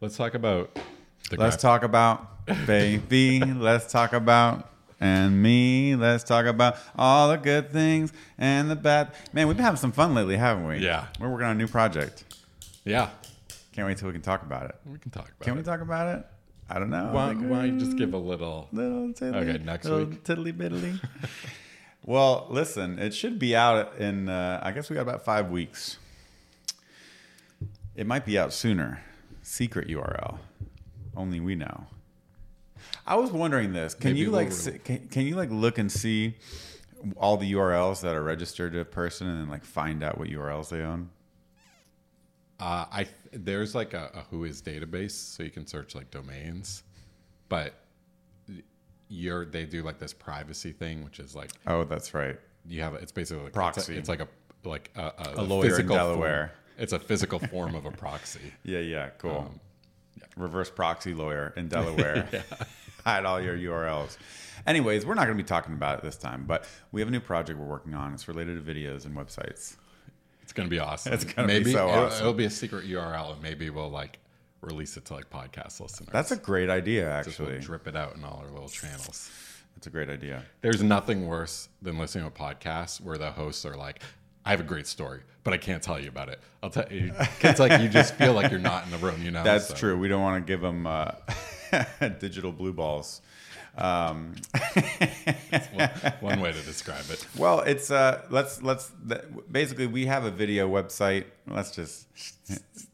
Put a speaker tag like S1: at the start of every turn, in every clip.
S1: Let's talk about the
S2: Let's
S1: graph-
S2: talk about baby. Let's talk about and me. Let's talk about all the good things and the bad. Man, we've been having some fun lately, haven't we?
S1: Yeah.
S2: We're working on a new project.
S1: Yeah,
S2: Can't wait till we can talk about it.
S1: we can talk about.
S2: Can
S1: it.
S2: we talk about it? I don't know.
S1: Why,
S2: Like, uh,
S1: why just give a little?
S2: little tiddly,
S1: Okay, next
S2: little
S1: week.
S2: Tiddly biddly. well, listen, it should be out in. Uh, I guess we got about five weeks. It might be out sooner. Secret URL. Only we know. I was wondering this. Can
S1: Maybe
S2: you
S1: we'll
S2: like
S1: re-
S2: s- can, can you like look and see all the URLs that are registered to a person and then like find out what URLs they own?
S1: Uh, I there's like a, a Whois database, so you can search like domains, but you're they do like this privacy thing, which is like
S2: Oh, that's right.
S1: you have it's basically like It's,
S2: Proxy.
S1: a, it's like a like a, a,
S2: lawyer in
S1: physical form-
S2: Delaware.
S1: It's a physical form of a proxy.
S2: Yeah, yeah, cool. Reverse proxy lawyer in Delaware. Hide all your URLs. Anyways, we're not going to be talking about it this time, but we have a new project we're working on. It's related to videos and websites.
S1: It's gonna be awesome. It's
S2: gonna be
S1: maybe
S2: so
S1: it'll,
S2: awesome.
S1: it'll be a secret URL, and maybe we'll like release it to like podcast listeners.
S2: That's a great idea,
S1: Just we'll
S2: actually.
S1: drip it out in all our little channels.
S2: That's a great idea.
S1: There's nothing worse than listening to a podcast where the hosts are like, I have a great story, but I can't tell you about it. I'll tell you. It's like you just feel like you're not in the room, you know?
S2: That's
S1: So,
S2: true. We don't want to give them uh, digital blue balls. Um,
S1: One, one way to describe it.
S2: well, it's uh, let's let's th- basically we have a video website. Let's just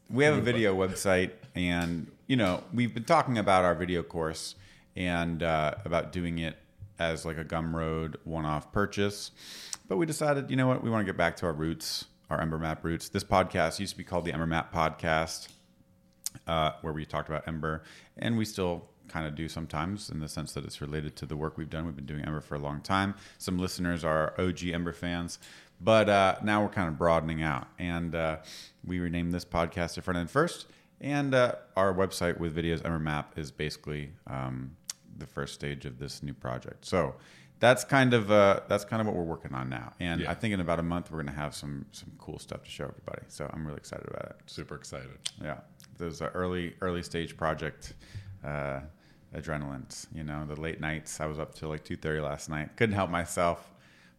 S2: we have a video website, and you know we've been talking about our video course and uh, about doing it as like a Gumroad one-off purchase, but we decided you know what we want to get back to our roots, our Ember Map roots. This podcast used to be called the Ember Map Podcast uh, where we talked about Ember, and we still kind of do sometimes in the sense that it's related to the work we've done. We've been doing Ember for a long time. Some listeners are OG Ember fans, but uh, now we're kind of broadening out, and uh, we renamed this podcast to Front End First, and uh, our website with videos Ember Map is basically um, the first stage of this new project. So. That's kind of uh, that's kind of what we're working on now, and
S1: Yeah.
S2: I think in about a month we're going to have some some cool stuff to show everybody. So I'm really excited about it.
S1: Super excited.
S2: Yeah, those are early early stage project uh, adrenalines. You know, the late nights. I was up till like two thirty last night. Couldn't help myself.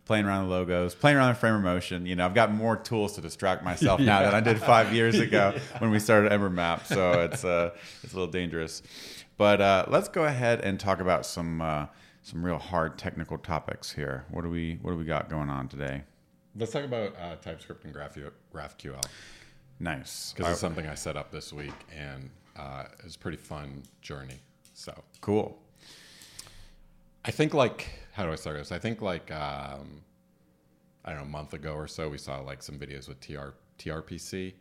S2: Playing around the logos, playing around the frame of motion. You know, I've got more tools to distract myself now than I did five years ago when we started Embermap. So it's uh, it's a little dangerous. But uh, let's go ahead and talk about some uh, some real hard technical topics here. What do we what do we got going on today?
S1: Let's talk about uh, TypeScript and Graph- GraphQL
S2: Nice. Uh,
S1: because it's something I set up this week and uh, it was a pretty fun journey. So
S2: Cool.
S1: I think like how do I start this? I think like um, I don't know, a month ago or so, we saw like some videos with TR, TRPC,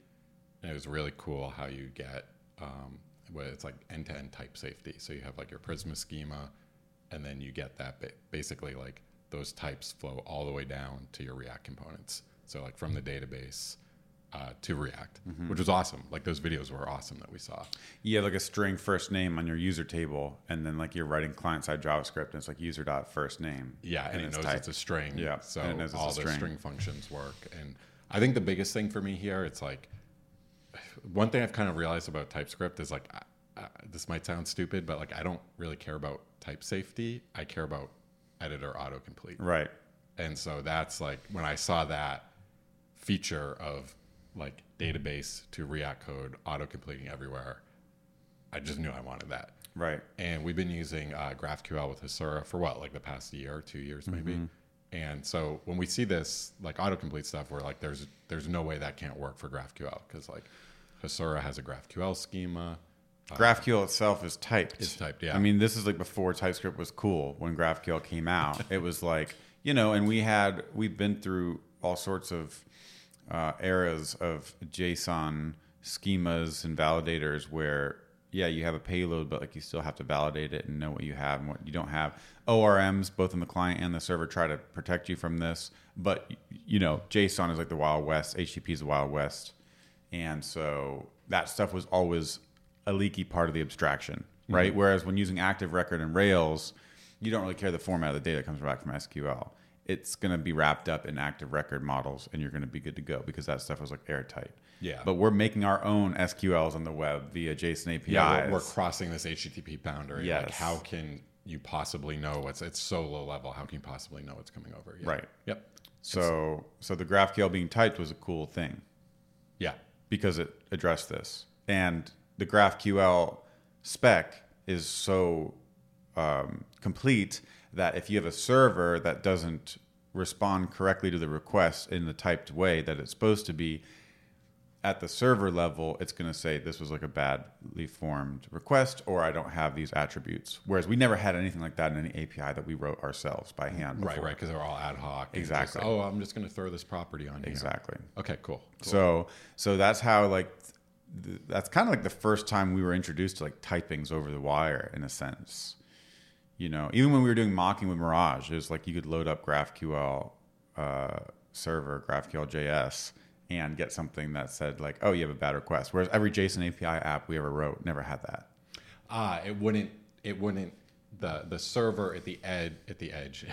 S1: and it was really cool how you get um, what it's like end to end type safety. So you have like your Prisma schema, and then you get that ba- basically like those types flow all the way down to your React components. So like from the database uh, to React, which was awesome. Like those videos were awesome that we saw.
S2: you have like a string first name on your user table, and then like you're writing client side JavaScript, and it's like user dot first name.
S1: Yeah, and, it
S2: it's
S1: knows
S2: typed.
S1: it's a string.
S2: Yeah,
S1: so
S2: and it knows it's
S1: all
S2: a
S1: the
S2: string.
S1: string. functions work. And I think the biggest thing for me here, it's like one thing I've kind of realized about TypeScript is like I, I, this might sound stupid, but like I don't really care about type safety. I care about editor autocomplete.
S2: right.
S1: And so that's like when I saw that feature of like database to React code autocompleting everywhere, I just knew I wanted that
S2: Right.
S1: and we've been using uh, GraphQL with Hasura for what, like the past year, two years maybe.
S2: Mm-hmm.
S1: And so when we see this like autocomplete stuff, we're like, there's there's no way that can't work for GraphQL because like Hasura has a GraphQL schema.
S2: GraphQL itself is typed.
S1: Uh, It's typed, yeah.
S2: I mean, this is like before TypeScript was cool. When GraphQL came out, it was like you know, and we had we've been through all sorts of uh, eras of JSON schemas and validators where yeah, you have a payload, but like you still have to validate it and know what you have and what you don't have. ORMs, both in the client and the server, try to protect you from this, but y- you know, JSON is like the Wild West. HTTP is the Wild West. And so that stuff was always a leaky part of the abstraction,
S1: Mm-hmm.
S2: right? Whereas when using Active Record and Rails, you don't really care the format of the data that comes back from SQL. it's going to be wrapped up in active record models and you're going to be good to go because that stuff was like airtight.
S1: Yeah.
S2: But we're making our own SQLs on the web via JSON APIs.
S1: Yeah, we're, we're crossing this HTTP boundary. Like,
S2: Yes.
S1: how can you possibly know what's? It's so low level. How can you possibly know what's coming over? Yeah.
S2: Right.
S1: Yep.
S2: so, so the GraphQL being typed was a cool thing
S1: Yeah.
S2: because it addressed this. And the GraphQL spec is so um, complete that if you have a server that doesn't respond correctly to the request in the typed way that it's supposed to be, at the server level, it's going to say this was like a badly formed request, or I don't have these attributes. Whereas we never had anything like that in any API that we wrote ourselves by hand.
S1: Right.
S2: before.
S1: Right. Because they're all ad hoc. and just,
S2: Exactly.
S1: oh, I'm just going to throw this property on you.
S2: Exactly.
S1: Okay. Cool.
S2: So so that's how like th- that's kind of like the first time we were introduced to like typings over the wire in a sense. You know, even when we were doing mocking with Mirage, it was like you could load up GraphQL uh, server, GraphQL JS, and get something that said like, "Oh, you have a bad request." Whereas every JSON API app we ever wrote never had that.
S1: Ah, it wouldn't. It wouldn't. The the server at the edge at the edge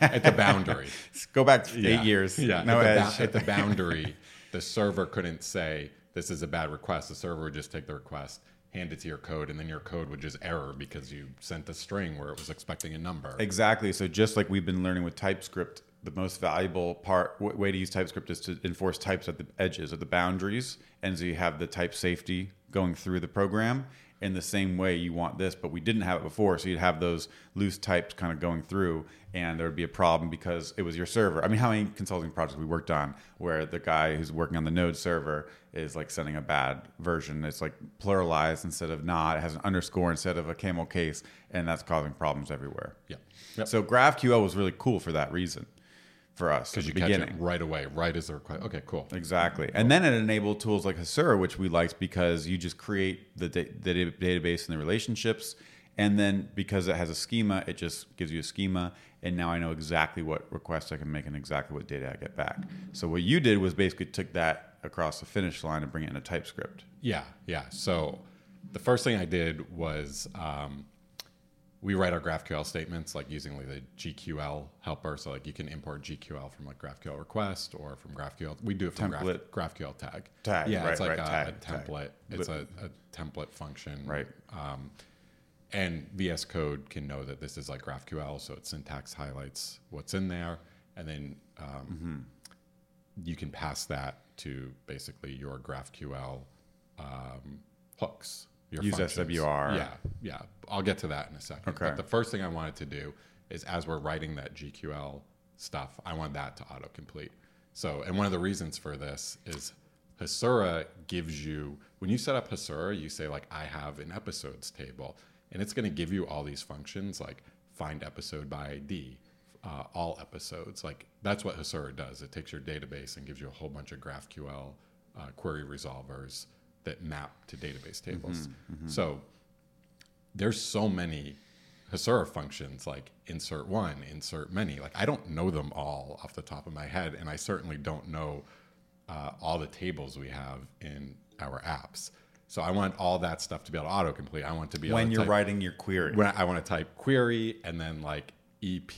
S1: at the boundary.
S2: Go back
S1: Yeah.
S2: eight years,
S1: Yeah.
S2: no
S1: at, the
S2: edge.
S1: bou- at the boundary, the server couldn't say this is a bad request. The server would just take the request, hand it to your code, and then your code would just error because you sent a string where it was expecting a number.
S2: Exactly. So just like we've been learning with TypeScript, the most valuable part w- way to use TypeScript is to enforce types at the edges, at the boundaries, and so you have the type safety going through the program. In the same way, you want this, but we didn't have it before, so you'd have those loose types kind of going through, and there would be a problem because it was your server. I mean, how many consulting projects we worked on where the guy who's working on the Node server is like sending a bad version? It's like pluralized instead of not. It has an underscore instead of a camel case, and that's causing problems everywhere.
S1: Yeah. Yep.
S2: So GraphQL was really cool for that reason for us at
S1: Because
S2: the
S1: you
S2: beginning.
S1: catch Mm-hmm. it right away, right as the request. Okay, cool.
S2: Exactly. And then it enabled tools like Hasura, which we liked because you just create the, da- the da- database and the relationships. And then because it has a schema, it just gives you a schema. And now I know exactly what requests I can make and exactly what data I get back. So what you did was basically took that across the finish line and bring it into TypeScript.
S1: Yeah, yeah. So the first thing I did was um, we write our GraphQL statements like using like the GQL helper. So like you can import GQL from like GraphQL request or from GraphQL. We do it from Graph,
S2: Template.
S1: GraphQL tag.
S2: Tag,
S1: Yeah, it's
S2: right,
S1: like
S2: right,
S1: a,
S2: tag,
S1: a
S2: tag.
S1: template. It's a, a template function.
S2: Right.
S1: Um, and VS Code can know that this is like GraphQL, so its syntax highlights what's in there, and then um, you can pass that to basically your GraphQL um, hooks. Your
S2: Use
S1: functions.
S2: SWR.
S1: Yeah, yeah. I'll get to that in a second.
S2: Okay.
S1: But the first thing I wanted to do is as we're writing that GQL stuff, I want that to autocomplete. So, and one of the reasons for this is Hasura gives you, when you set up Hasura, you say, like, I have an episodes table, and it's going to give you all these functions like find episode by ID, uh, all episodes. Like, that's what Hasura does. It takes your database and gives you a whole bunch of GraphQL uh, query resolvers that map to database tables. So, there's so many Hasura functions like insert one, insert many. Like I don't know them all off the top of my head, and I certainly don't know uh, all the tables we have in our apps. So I want all that stuff to be able to autocomplete. I want to be able
S2: When
S1: to
S2: you're
S1: type-
S2: writing your query.
S1: when I, I want to type query and then like EP,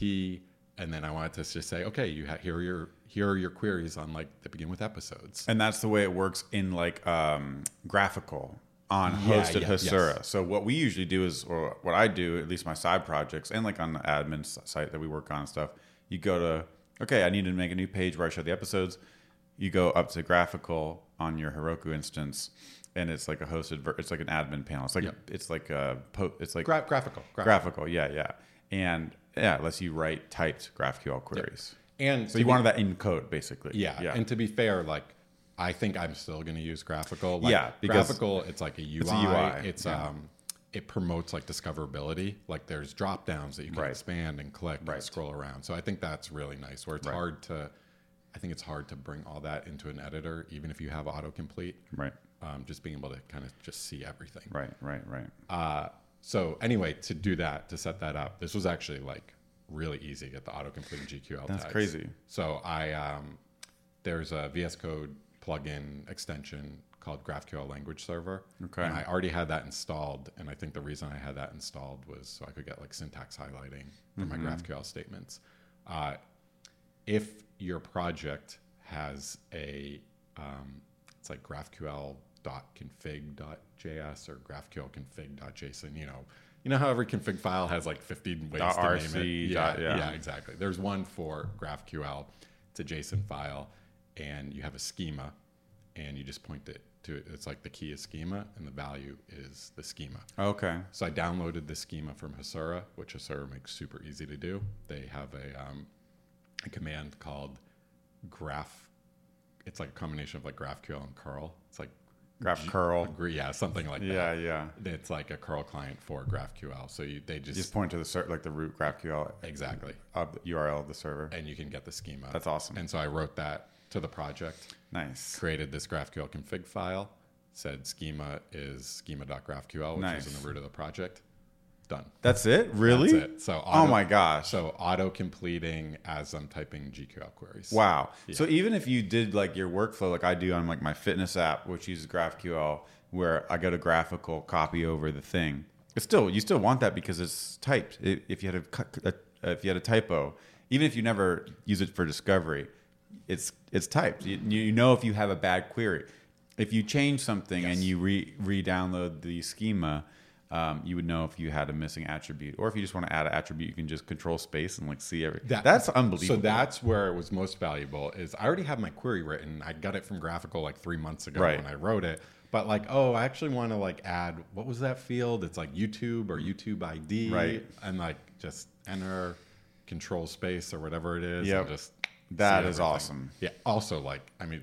S1: and then I want it to just say, okay, you ha- here are your here are your queries on like that begin with episodes.
S2: And that's the way it works in like um, graphical on
S1: Yeah,
S2: hosted
S1: yeah,
S2: Hasura. So what we usually do is, or what I do, at least my side projects, and like on the admin s- site that we work on and stuff, you go to okay, I need to make a new page where I show the episodes. You go up to graphical on your Heroku instance, and it's like a hosted. Ver- it's like an admin panel. It's like it's like a po- it's like
S1: Gra- graphical, graphical,
S2: graphical. Yeah, yeah, and yeah, it lets you write typed GraphQL queries.
S1: and
S2: So you wanted that in code, basically.
S1: Yeah.
S2: yeah.
S1: And to be fair, like I think I'm still going to use graphical. Like,
S2: Yeah, because-
S1: graphical. It's like a UI. It's,
S2: a UI, yeah.
S1: um, it promotes like discoverability. Like there's drop downs that you can
S2: Right.
S1: expand and click
S2: Right.
S1: and scroll around. So I think that's really nice. Where it's hard to, I think it's hard to bring all that into an editor, even if you have autocomplete.
S2: right,
S1: Um, just being able to kind of just see everything.
S2: right, right, right.
S1: Uh, so anyway, to do that, to set that up, this was actually like really easy to get the autocomplete and GQL.
S2: That's
S1: tags.
S2: crazy.
S1: So I um, there's a VS Code plugin extension called GraphQL Language Server.
S2: Okay.
S1: And I already had that installed, and I think the reason I had that
S2: Mm-hmm.
S1: installed was so I could get like syntax highlighting for my GraphQL statements. Uh, if your project has a um, it's like graphql.config.js or graphqlconfig.json you know you know how every config file has like 15 ways
S2: Dot
S1: to name it
S2: RC,
S1: yeah,
S2: dot- yeah.
S1: yeah exactly there's one for graphql it's a json file and you have a schema and you just point it to it it's like the key is schema and the value is the schema
S2: Okay.
S1: so I downloaded the schema from Hasura, which Hasura makes super easy to do. They have a, um, a command called graph. It's like a combination of like GraphQL and curl. It's like
S2: Graph curl.
S1: agree, yeah, something like
S2: Yeah, yeah.
S1: that. It's like a curl client for GraphQL. So you they just,
S2: Just point to the ser- like the root GraphQL
S1: exactly,
S2: of the URL of the server.
S1: and you can get the schema.
S2: That's awesome.
S1: And so I wrote that to the project,
S2: Nice.
S1: created this GraphQL config file, said schema is schema.graphql, which
S2: Nice.
S1: is in the root of the project. Done.
S2: That's it? Really?
S1: That's it. So
S2: Oh
S1: auto-
S2: my gosh.
S1: So auto completing as I'm typing GQL queries.
S2: Wow. So even if you did like your workflow, like I do on like my fitness app, which uses GraphQL, where I go to graphical, copy over the thing. It's still you still want that because it's typed. I- If you had a, cu- a if you had a typo, even if you never use it for discovery, it's it's typed. You, you know if you have a bad query. If you change something and you re re-download the schema, um, you would know if you had a missing attribute, or if you just want to add an attribute, you can just control space and like see everything.
S1: That-
S2: That's unbelievable.
S1: So that's where it was most valuable is I already had my query written. I got it from Graphical like three months ago
S2: Right.
S1: when I wrote it. But like, oh, I actually want to like add what was that field? It's like YouTube or YouTube ID.
S2: Right.
S1: And like just enter control space or whatever it is.
S2: Yep.
S1: And just
S2: That
S1: see
S2: is
S1: everything.
S2: awesome.
S1: Yeah. Also like, I mean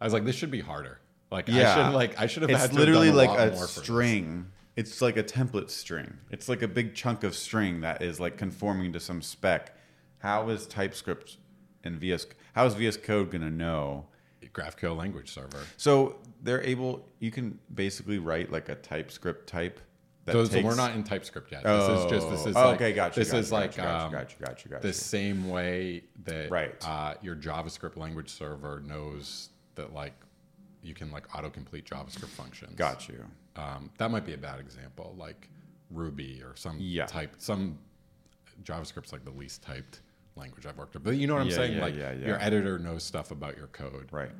S1: I was like, this should be harder. Like
S2: Yeah.
S1: I should like I should have had
S2: It's
S1: to have
S2: literally
S1: done a
S2: like
S1: lot
S2: a
S1: more for this.
S2: string. It's like a template string. It's like a big chunk of string that is like conforming to some spec. How is TypeScript and VS how is VS Code gonna know?
S1: GraphQL language server.
S2: So they're able you can basically write like a TypeScript type that
S1: So, so
S2: takes-
S1: we're not in TypeScript yet. This
S2: Oh,
S1: is just this is
S2: oh,
S1: like,
S2: okay, gotcha.
S1: This
S2: gotcha,
S1: is like
S2: gotcha, gotcha,
S1: um,
S2: gotcha, gotcha, gotcha.
S1: the same way that
S2: Right.
S1: uh, your JavaScript language server knows that like you can like autocomplete JavaScript functions.
S2: Got you.
S1: Um, that might be a bad example, like Ruby or some
S2: Yeah.
S1: type. Some JavaScript's like the least typed language I've worked with, but you know what I'm
S2: Yeah,
S1: saying?
S2: yeah,
S1: like
S2: yeah, yeah.
S1: your editor knows stuff about your code.
S2: Right.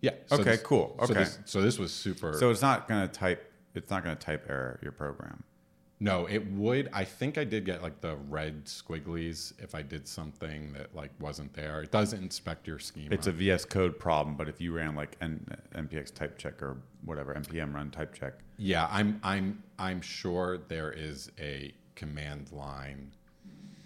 S1: Yeah. so
S2: Okay,
S1: this-
S2: cool.
S1: So
S2: Okay.
S1: this, so this was super.
S2: So it's not gonna type it's not gonna type error your program.
S1: No, it would. I think I did get like the red squigglies if I did something that like wasn't there. It does inspect your schema.
S2: It's a VS Code problem, but if you ran like an uh, npx type check or whatever npm run type check,
S1: yeah, I'm I'm I'm sure there is a command line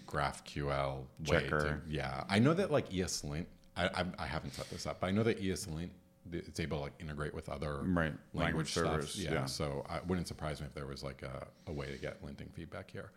S1: GraphQL way to-
S2: Checker.
S1: yeah, I know that like ESLint. I I, I haven't set this up, but I know that ESLint it's able to like integrate with other
S2: Right,
S1: language,
S2: language
S1: stuff.
S2: servers,
S1: Yeah,
S2: yeah.
S1: so I it wouldn't surprise me if there was like a, a way to get linting feedback here.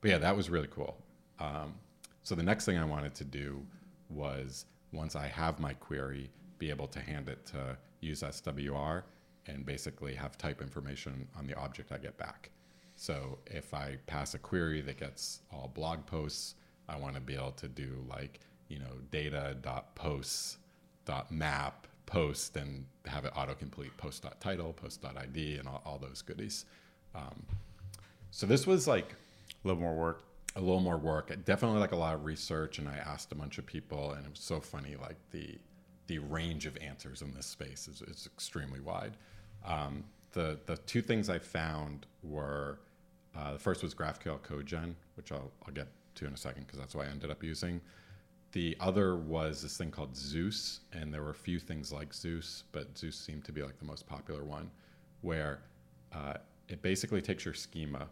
S1: But yeah, that was really cool. Um, so the next thing I wanted to do was once I have my query, be able to hand it to use SWR and basically have type information on the object I get back. So if I pass a query that gets all blog posts, I want to be able to do like, you know, data.posts dot map post and have it autocomplete post dot title post dot id and all, all those goodies Um, so this was like
S2: a little more work.
S1: a little more work definitely like a lot of research and i asked a bunch of people and it was so funny like the the range of answers in this space is, is extremely wide um, the the two things i found were uh, the first was graphql codegen which i'll, I'll get to in a second because that's what i ended up using the other was this thing called Zeus, and there were a few things like Zeus, but Zeus seemed to be like the most popular one, where uh, it basically takes your schema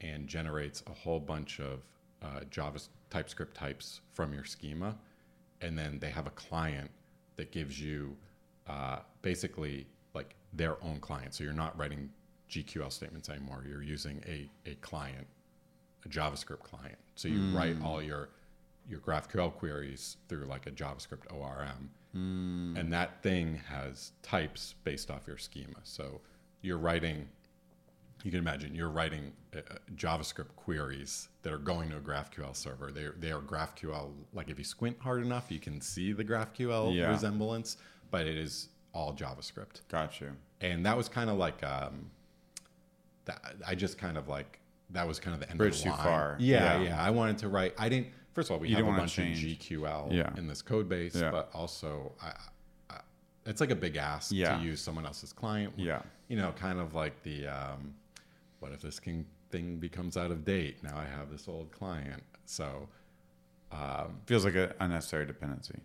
S1: and generates a whole bunch of uh, Java TypeScript types from your schema, and then they have a client that gives you uh, basically like their own client. So you're not writing GQL statements anymore. You're using a, a client a JavaScript client. So you write all your your GraphQL queries through like a JavaScript ORM, and that thing has types based off your schema. So you're writing, you can imagine you're writing uh, uh, JavaScript queries that are going to a GraphQL server. They are, they are GraphQL. Like if you squint hard enough, you can see the GraphQL
S2: Yeah.
S1: resemblance, but it is all JavaScript
S2: Got you.
S1: and that was kind of like um that i just kind of like that was kind of the end
S2: Bridge
S1: of the
S2: too
S1: line.
S2: far.
S1: yeah,
S2: Yeah.
S1: yeah i wanted to write i didn't first of all, we
S2: You
S1: have a
S2: don't wanna
S1: bunch
S2: change.
S1: of GQL
S2: Yeah.
S1: in this code base,
S2: Yeah.
S1: but also I, I, it's like a big ask
S2: Yeah.
S1: to use someone else's client.
S2: Yeah.
S1: You know, kind of like the um, what if this king thing becomes out of date? Now I have this old client. So
S2: Feels like an unnecessary dependency.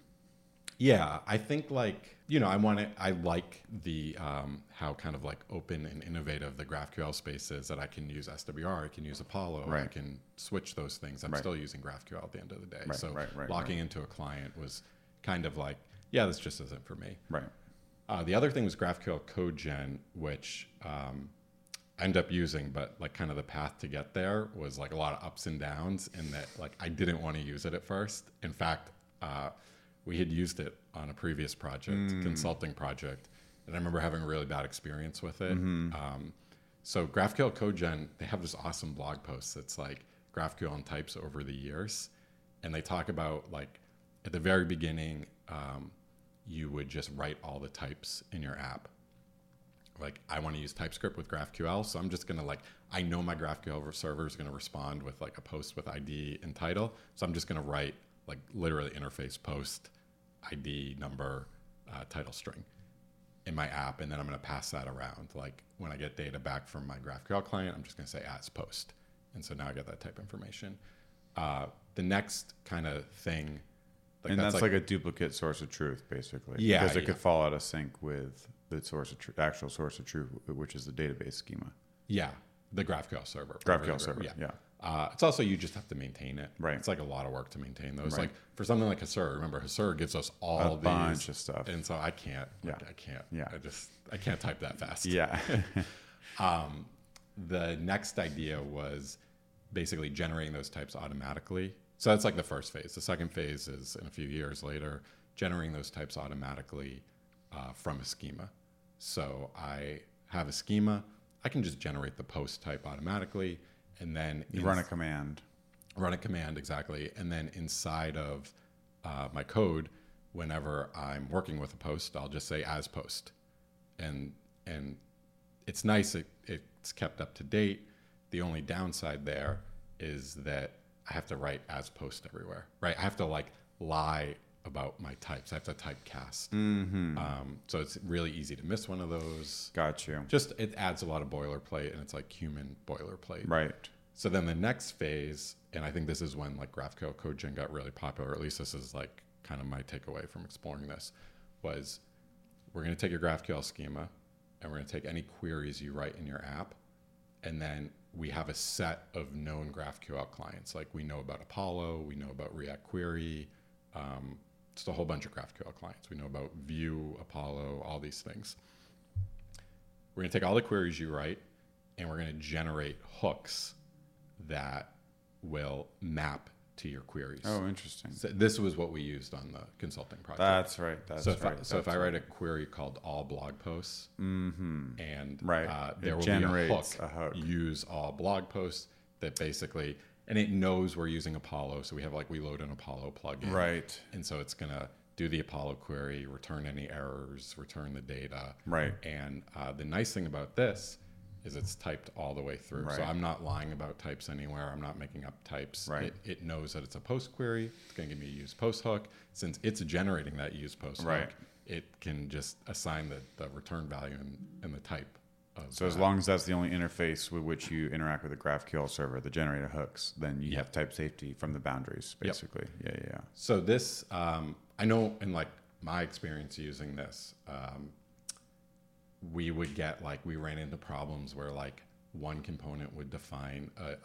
S1: yeah, I think like you know, I want to. I like the um, how kind of like open and innovative the GraphQL space is that I can use SWR, I can use Apollo, I
S2: Right.
S1: can switch those things. I'm still using GraphQL at the end of the day.
S2: Right,
S1: so
S2: right, right,
S1: locking into a client was kind of like, yeah, this just isn't for me.
S2: Right.
S1: Uh, the other thing was GraphQL CodeGen, which um, I ended up using, but like kind of the path to get there was like a lot of ups and downs. In that, like I didn't want to use it at first. In fact, uh, we had used it on a previous project, consulting project, and I remember having a really bad experience with it. Um, so GraphQL CodeGen, they have this awesome blog post that's like GraphQL and types over the years, and they talk about like at the very beginning. Um, you would just write all the types in your app. Like I want to use TypeScript with GraphQL, so I'm just gonna like I know my GraphQL server is gonna respond with like a post with ID and title, so I'm just gonna write like literally interface post, ID number, uh, title string in my app, and then I'm gonna pass that around. Like when I get data back from my GraphQL client, I'm just gonna say as post, and so now I got that type information. Uh, the next kind of thing, like
S2: and that's, like, a duplicate source of truth, basically.
S1: Yeah,
S2: Because it
S1: yeah.
S2: could fall out of sync with the source of tr- actual source of truth, which is the database schema.
S1: Yeah, the GraphQL server.
S2: GraphQL server. Yeah.
S1: Uh, it's also you just have to maintain it.
S2: Right.
S1: It's like a lot of work to maintain those.
S2: Right.
S1: Like for something like Hasur, remember Hasur gives us all
S2: A
S1: these,
S2: bunch of stuff.
S1: and so I can't. like,
S2: Yeah.
S1: I can't.
S2: Yeah.
S1: I just I can't type that fast.
S2: Yeah.
S1: The next idea was basically generating those types automatically. So that's like the first phase. The second phase is in a few years later, generating those types automatically uh, from a schema. So I have a schema. I can just generate the post type automatically, and then
S2: you run a command.
S1: run a command exactly and then inside of uh, my code whenever i'm working with a post i'll just say as post and and it's nice it, it's kept up to date the only downside there is that i have to write as post everywhere right i have to like lie about my types i have to typecast um, so it's really easy to miss one of those
S2: Got you.
S1: just it adds a lot of boilerplate and it's like human boilerplate
S2: Right.
S1: so then the next phase, and I think this is when like GraphQL CodeGen got really popular. or At least this is like kind of my takeaway from exploring this, was we're going to take your GraphQL schema, and we're going to take any queries you write in your app, and then we have a set of known GraphQL clients. Like we know about Apollo, we know about React Query, um, just a whole bunch of GraphQL clients. We know about Vue, Apollo, all these things. We're going to take all the queries you write, and we're going to generate hooks that will map to your queries.
S2: Oh, interesting.
S1: So this was what we used on the consulting project.
S2: That's right. That's
S1: so if,
S2: right.
S1: I, so if
S2: that's
S1: I write a query called all blog posts, and
S2: Right.
S1: uh,
S2: It
S1: there will
S2: generates
S1: be a
S2: a
S1: hook,
S2: hook.
S1: Use all blog posts that basically, and it knows we're using Apollo, so we have like we load an Apollo plugin,
S2: right.
S1: And so it's gonna do the Apollo query, return any errors, return the data,
S2: Right.
S1: And uh, the nice thing about this is it's typed all the way through. So
S2: Right.
S1: I'm not lying about types anywhere. I'm not making up types.
S2: Right.
S1: It, it knows that it's a post query. It's going to give me a use post hook. Since it's generating that use post
S2: Right.
S1: hook, it can just assign the, the return value and, and the type. Of
S2: So as long as that's the only interface with which you interact with the GraphQL server, the generator hooks, then you
S1: Yep.
S2: have type safety from the boundaries, basically. Yeah, yeah, yeah.
S1: So this, um, I know in like my experience using this, um, we would get like we ran into problems where like one component would define a,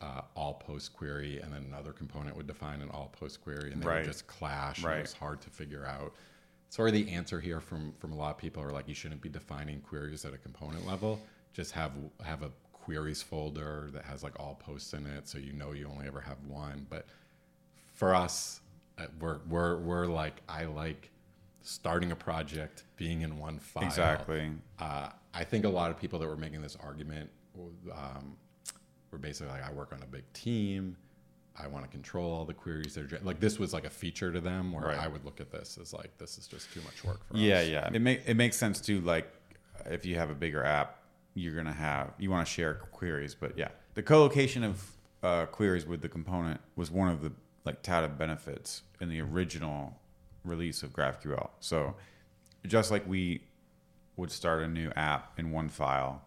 S1: a, a all post query and then another component would define an all post query and they
S2: Right.
S1: would just clash. And
S2: Right.
S1: it was hard to figure out. Sort of the answer here from from a lot of people are like you shouldn't be defining queries at a component level. Just have have a queries folder that has like all posts in it, so you know you only ever have one. But for us, uh, we're we're we're like I like starting a project, being in one file.
S2: Exactly.
S1: Uh, I think a lot of people that were making this argument um, were basically like, I work on a big team. I want to control all the queries. They're gen-. like this was like a feature to them where
S2: Right.
S1: I would look at this as like this is just too much work for
S2: Yeah,
S1: us.
S2: yeah. It make, it makes sense too. Like if you have a bigger app, you're gonna have you want to share queries, but yeah, the co-location of uh, queries with the component was one of the like touted benefits in the original release of GraphQL. So just like we would start a new app in one file,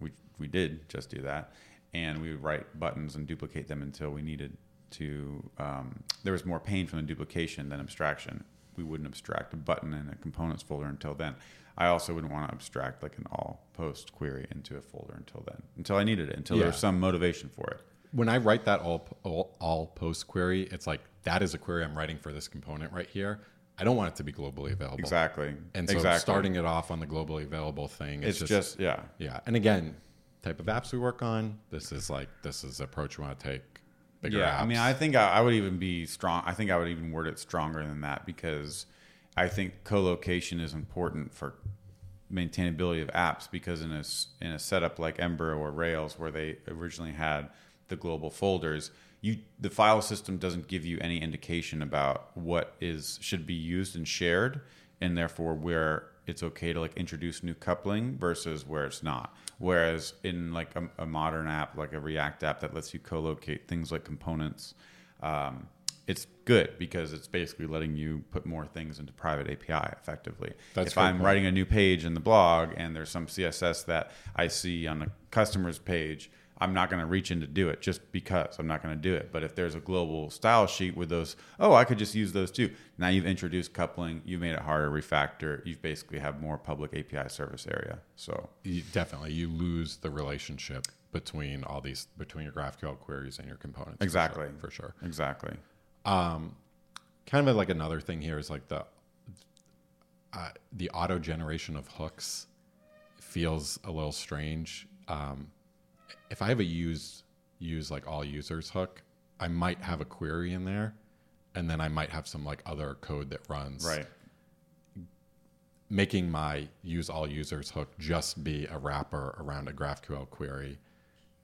S2: we we did just do that, and we would write buttons and duplicate them until we needed to. Um, there was more pain from the duplication than abstraction. We wouldn't abstract a button in a components folder until then. I also wouldn't want to abstract like an all post query into a folder until then, until I needed it, until there was
S1: Yeah.
S2: some motivation for it.
S1: when I write that all, all all post query, it's like that is a query I'm writing for this component right here. I don't want it to be globally available.
S2: Exactly.
S1: And so
S2: exactly.
S1: starting it off on the globally available thing,
S2: It's
S1: it's,
S2: just,
S1: just
S2: yeah.
S1: yeah. And again, type of apps we work on. This is like this is the approach we want to take. Bigger
S2: yeah, I
S1: apps.
S2: mean, I think I, I would even be strong. I think I would even word it stronger than that because I think co-location is important for maintainability of apps because in a s- in a setup like Ember or Rails where they originally had the global folders, you the file system doesn't give you any indication about what is should be used and shared, and therefore where it's okay to like introduce new coupling versus where it's not. Whereas in like a, a modern app like a React app that lets you co-locate things like components um, it's good because it's basically letting you put more things into private API effectively.
S1: That's
S2: if
S1: a fair
S2: I'm
S1: point.
S2: writing a new page in the blog and there's some CSS that I see on the customer's page, I'm not going to reach in to do it just because I'm not going to do it. But if there's a global style sheet with those, oh, I could just use those too. Now you've introduced coupling, you've made it harder to refactor, you've basically have more public API service area. So
S1: you, definitely you lose the relationship between all these between your GraphQL queries and your components. for sure-
S2: Exactly.
S1: for sure.
S2: exactly.
S1: Kind of like another thing here is like the uh, the auto generation of hooks feels a little strange. Um, if I have a use use like all users hook, I might have a query in there, and then I might have some like other code that runs.
S2: Right.
S1: making my use all users hook just be a wrapper around a GraphQL query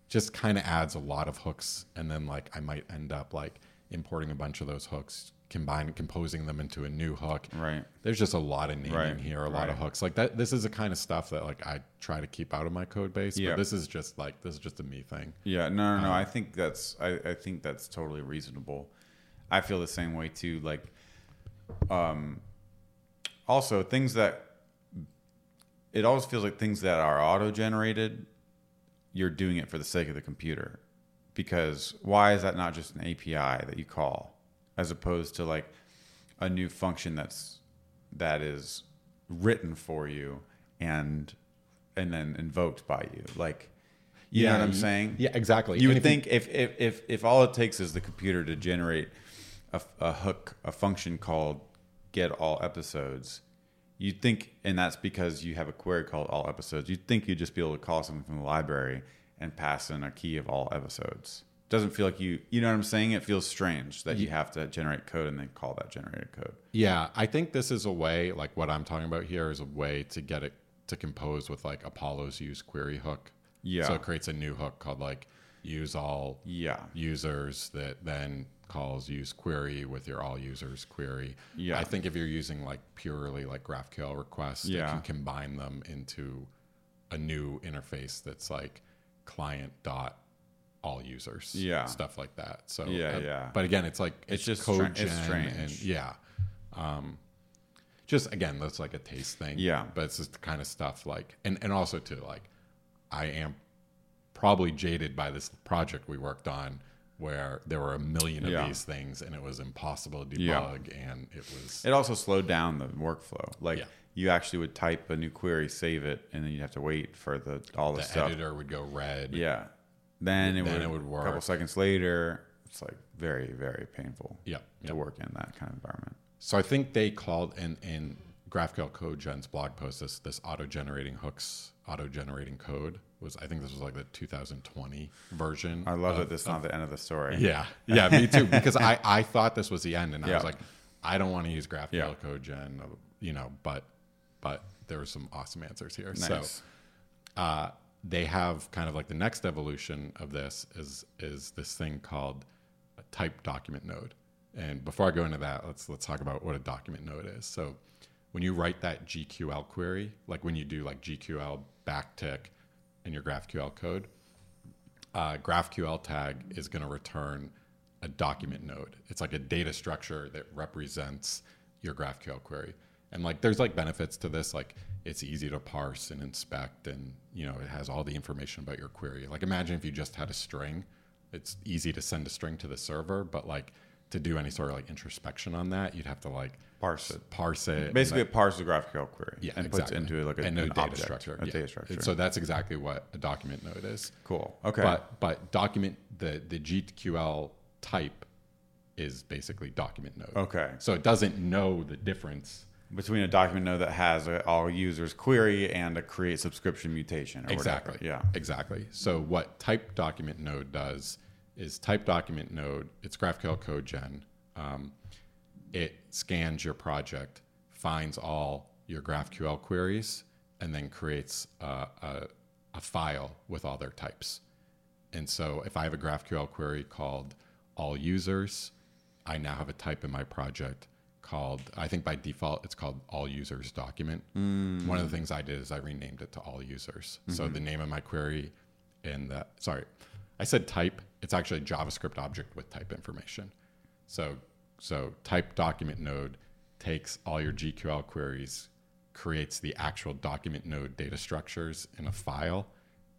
S1: just kind of adds a lot of hooks. And then like I might end up like importing a bunch of those hooks, combining, composing them into a new hook.
S2: Right.
S1: There's just a lot of naming
S2: Right,
S1: here, a lot of
S2: right.
S1: hooks. Like that this is the kind of stuff that like I try to keep out of my code base.
S2: Yeah.
S1: But this is just like this is just a me thing.
S2: Yeah, no,
S1: Uh-huh.
S2: no, no. I think that's I, I think that's totally reasonable. I feel the same way too. Like, um, also things that it always feels like things that are auto generated, you're doing it for the sake of the computer. Because why is that not just an API that you call as opposed to like a new function that's that is written for you and and then invoked by you? Like, you know what I'm
S1: you-
S2: saying?
S1: Yeah, exactly.
S2: You
S1: And
S2: would
S1: if you-
S2: think if, if if if all it takes is the computer to generate a, a hook, a function called get all episodes, you'd think, and that's because you have a query called all episodes. You'd think you'd just be able to call something from the library and pass in a key of all episodes. Doesn't feel like you, you know what I'm saying? It feels strange that you have to generate code and then call that generated code.
S1: Yeah, I think this is a way, like what I'm talking about here, is a way to get it to compose with like Apollo's use query hook.
S2: Yeah.
S1: So it creates a new hook called like use all
S2: Yeah,
S1: users that then calls use query with your all users query.
S2: Yeah.
S1: I think if you're using like purely like GraphQL requests, you
S2: Yeah.
S1: can combine them into a new interface that's like client dot all users.
S2: Yeah.
S1: Stuff like that. So
S2: Yeah,
S1: uh,
S2: yeah.
S1: But again, it's like
S2: It's
S1: it's,
S2: just
S1: just
S2: stra-
S1: code
S2: it's
S1: gen
S2: strange.
S1: and yeah. Um just again, that's like a taste thing.
S2: Yeah.
S1: But it's just the kind of stuff like and, and also too like I am probably jaded by this project we worked on where there were a million of
S2: Yeah.
S1: these things and it was impossible to
S2: Yeah.
S1: debug and it was
S2: It also slowed down the workflow. Like
S1: Yeah.
S2: you actually would type a new query, save it, and then you'd have to wait for the all the,
S1: the
S2: stuff.
S1: editor would go red.
S2: Yeah. Then it
S1: Then
S2: would,
S1: it would
S2: A couple
S1: work.
S2: seconds later, it's like very, very painful
S1: Yep,
S2: to
S1: yep.
S2: work in that kind of environment.
S1: So I think they called in in GraphQL Code Gen's blog post this this auto generating hooks, auto generating code was I think this was like the 2020 version.
S2: I love that this is not the end of the story.
S1: Yeah, yeah, me too. Because I I thought this was the end, and I
S2: Yeah.
S1: was like, I don't want to use GraphQL
S2: Yeah.
S1: Code Gen, you know, but but there were some awesome answers here. So
S2: Nice.
S1: uh, they have kind of like the next evolution of this is is this thing called a type document node. And before I go into that, let's let's talk about what a document node is. So when you write that GQL query, like when you do like GQL backtick in your GraphQL code, uh, GraphQL tag is going to return a document node. It's like a data structure that represents your GraphQL query. And like there's like benefits to this, like it's easy to parse and inspect and you know, it has all the information about your query. Like imagine if you just had a string. It's easy to send a string to the server, but like to do any sort of like introspection on that, you'd have to like
S2: Parse it.
S1: Parse it. and
S2: Basically,
S1: then-
S2: it parses the GraphQL query
S1: yeah,
S2: and puts it
S1: exactly.
S2: into like a,
S1: And no
S2: an
S1: data
S2: object,
S1: structure.
S2: A
S1: yeah.
S2: data structure.
S1: And so that's exactly what a document node is.
S2: cool. Okay.
S1: But but document the the GQL type is basically document node.
S2: okay.
S1: So it doesn't know the difference
S2: Between a document node that has a all users query and a create subscription mutation or
S1: exactly.
S2: whatever. Yeah.
S1: exactly. So what type document node does is type document node. It's GraphQL code gen. Um, it scans your project, finds all your GraphQL queries, and then creates uh, a, a file with all their types. And so if I have a GraphQL query called all users, I now have a type in my project called, I think by default, it's called all users document. One of the things I did is I renamed it to all users. So the name of my query and the, sorry, I said type. It's actually a JavaScript object with type information. So, so type document node takes all your GQL queries, creates the actual document node data structures in a file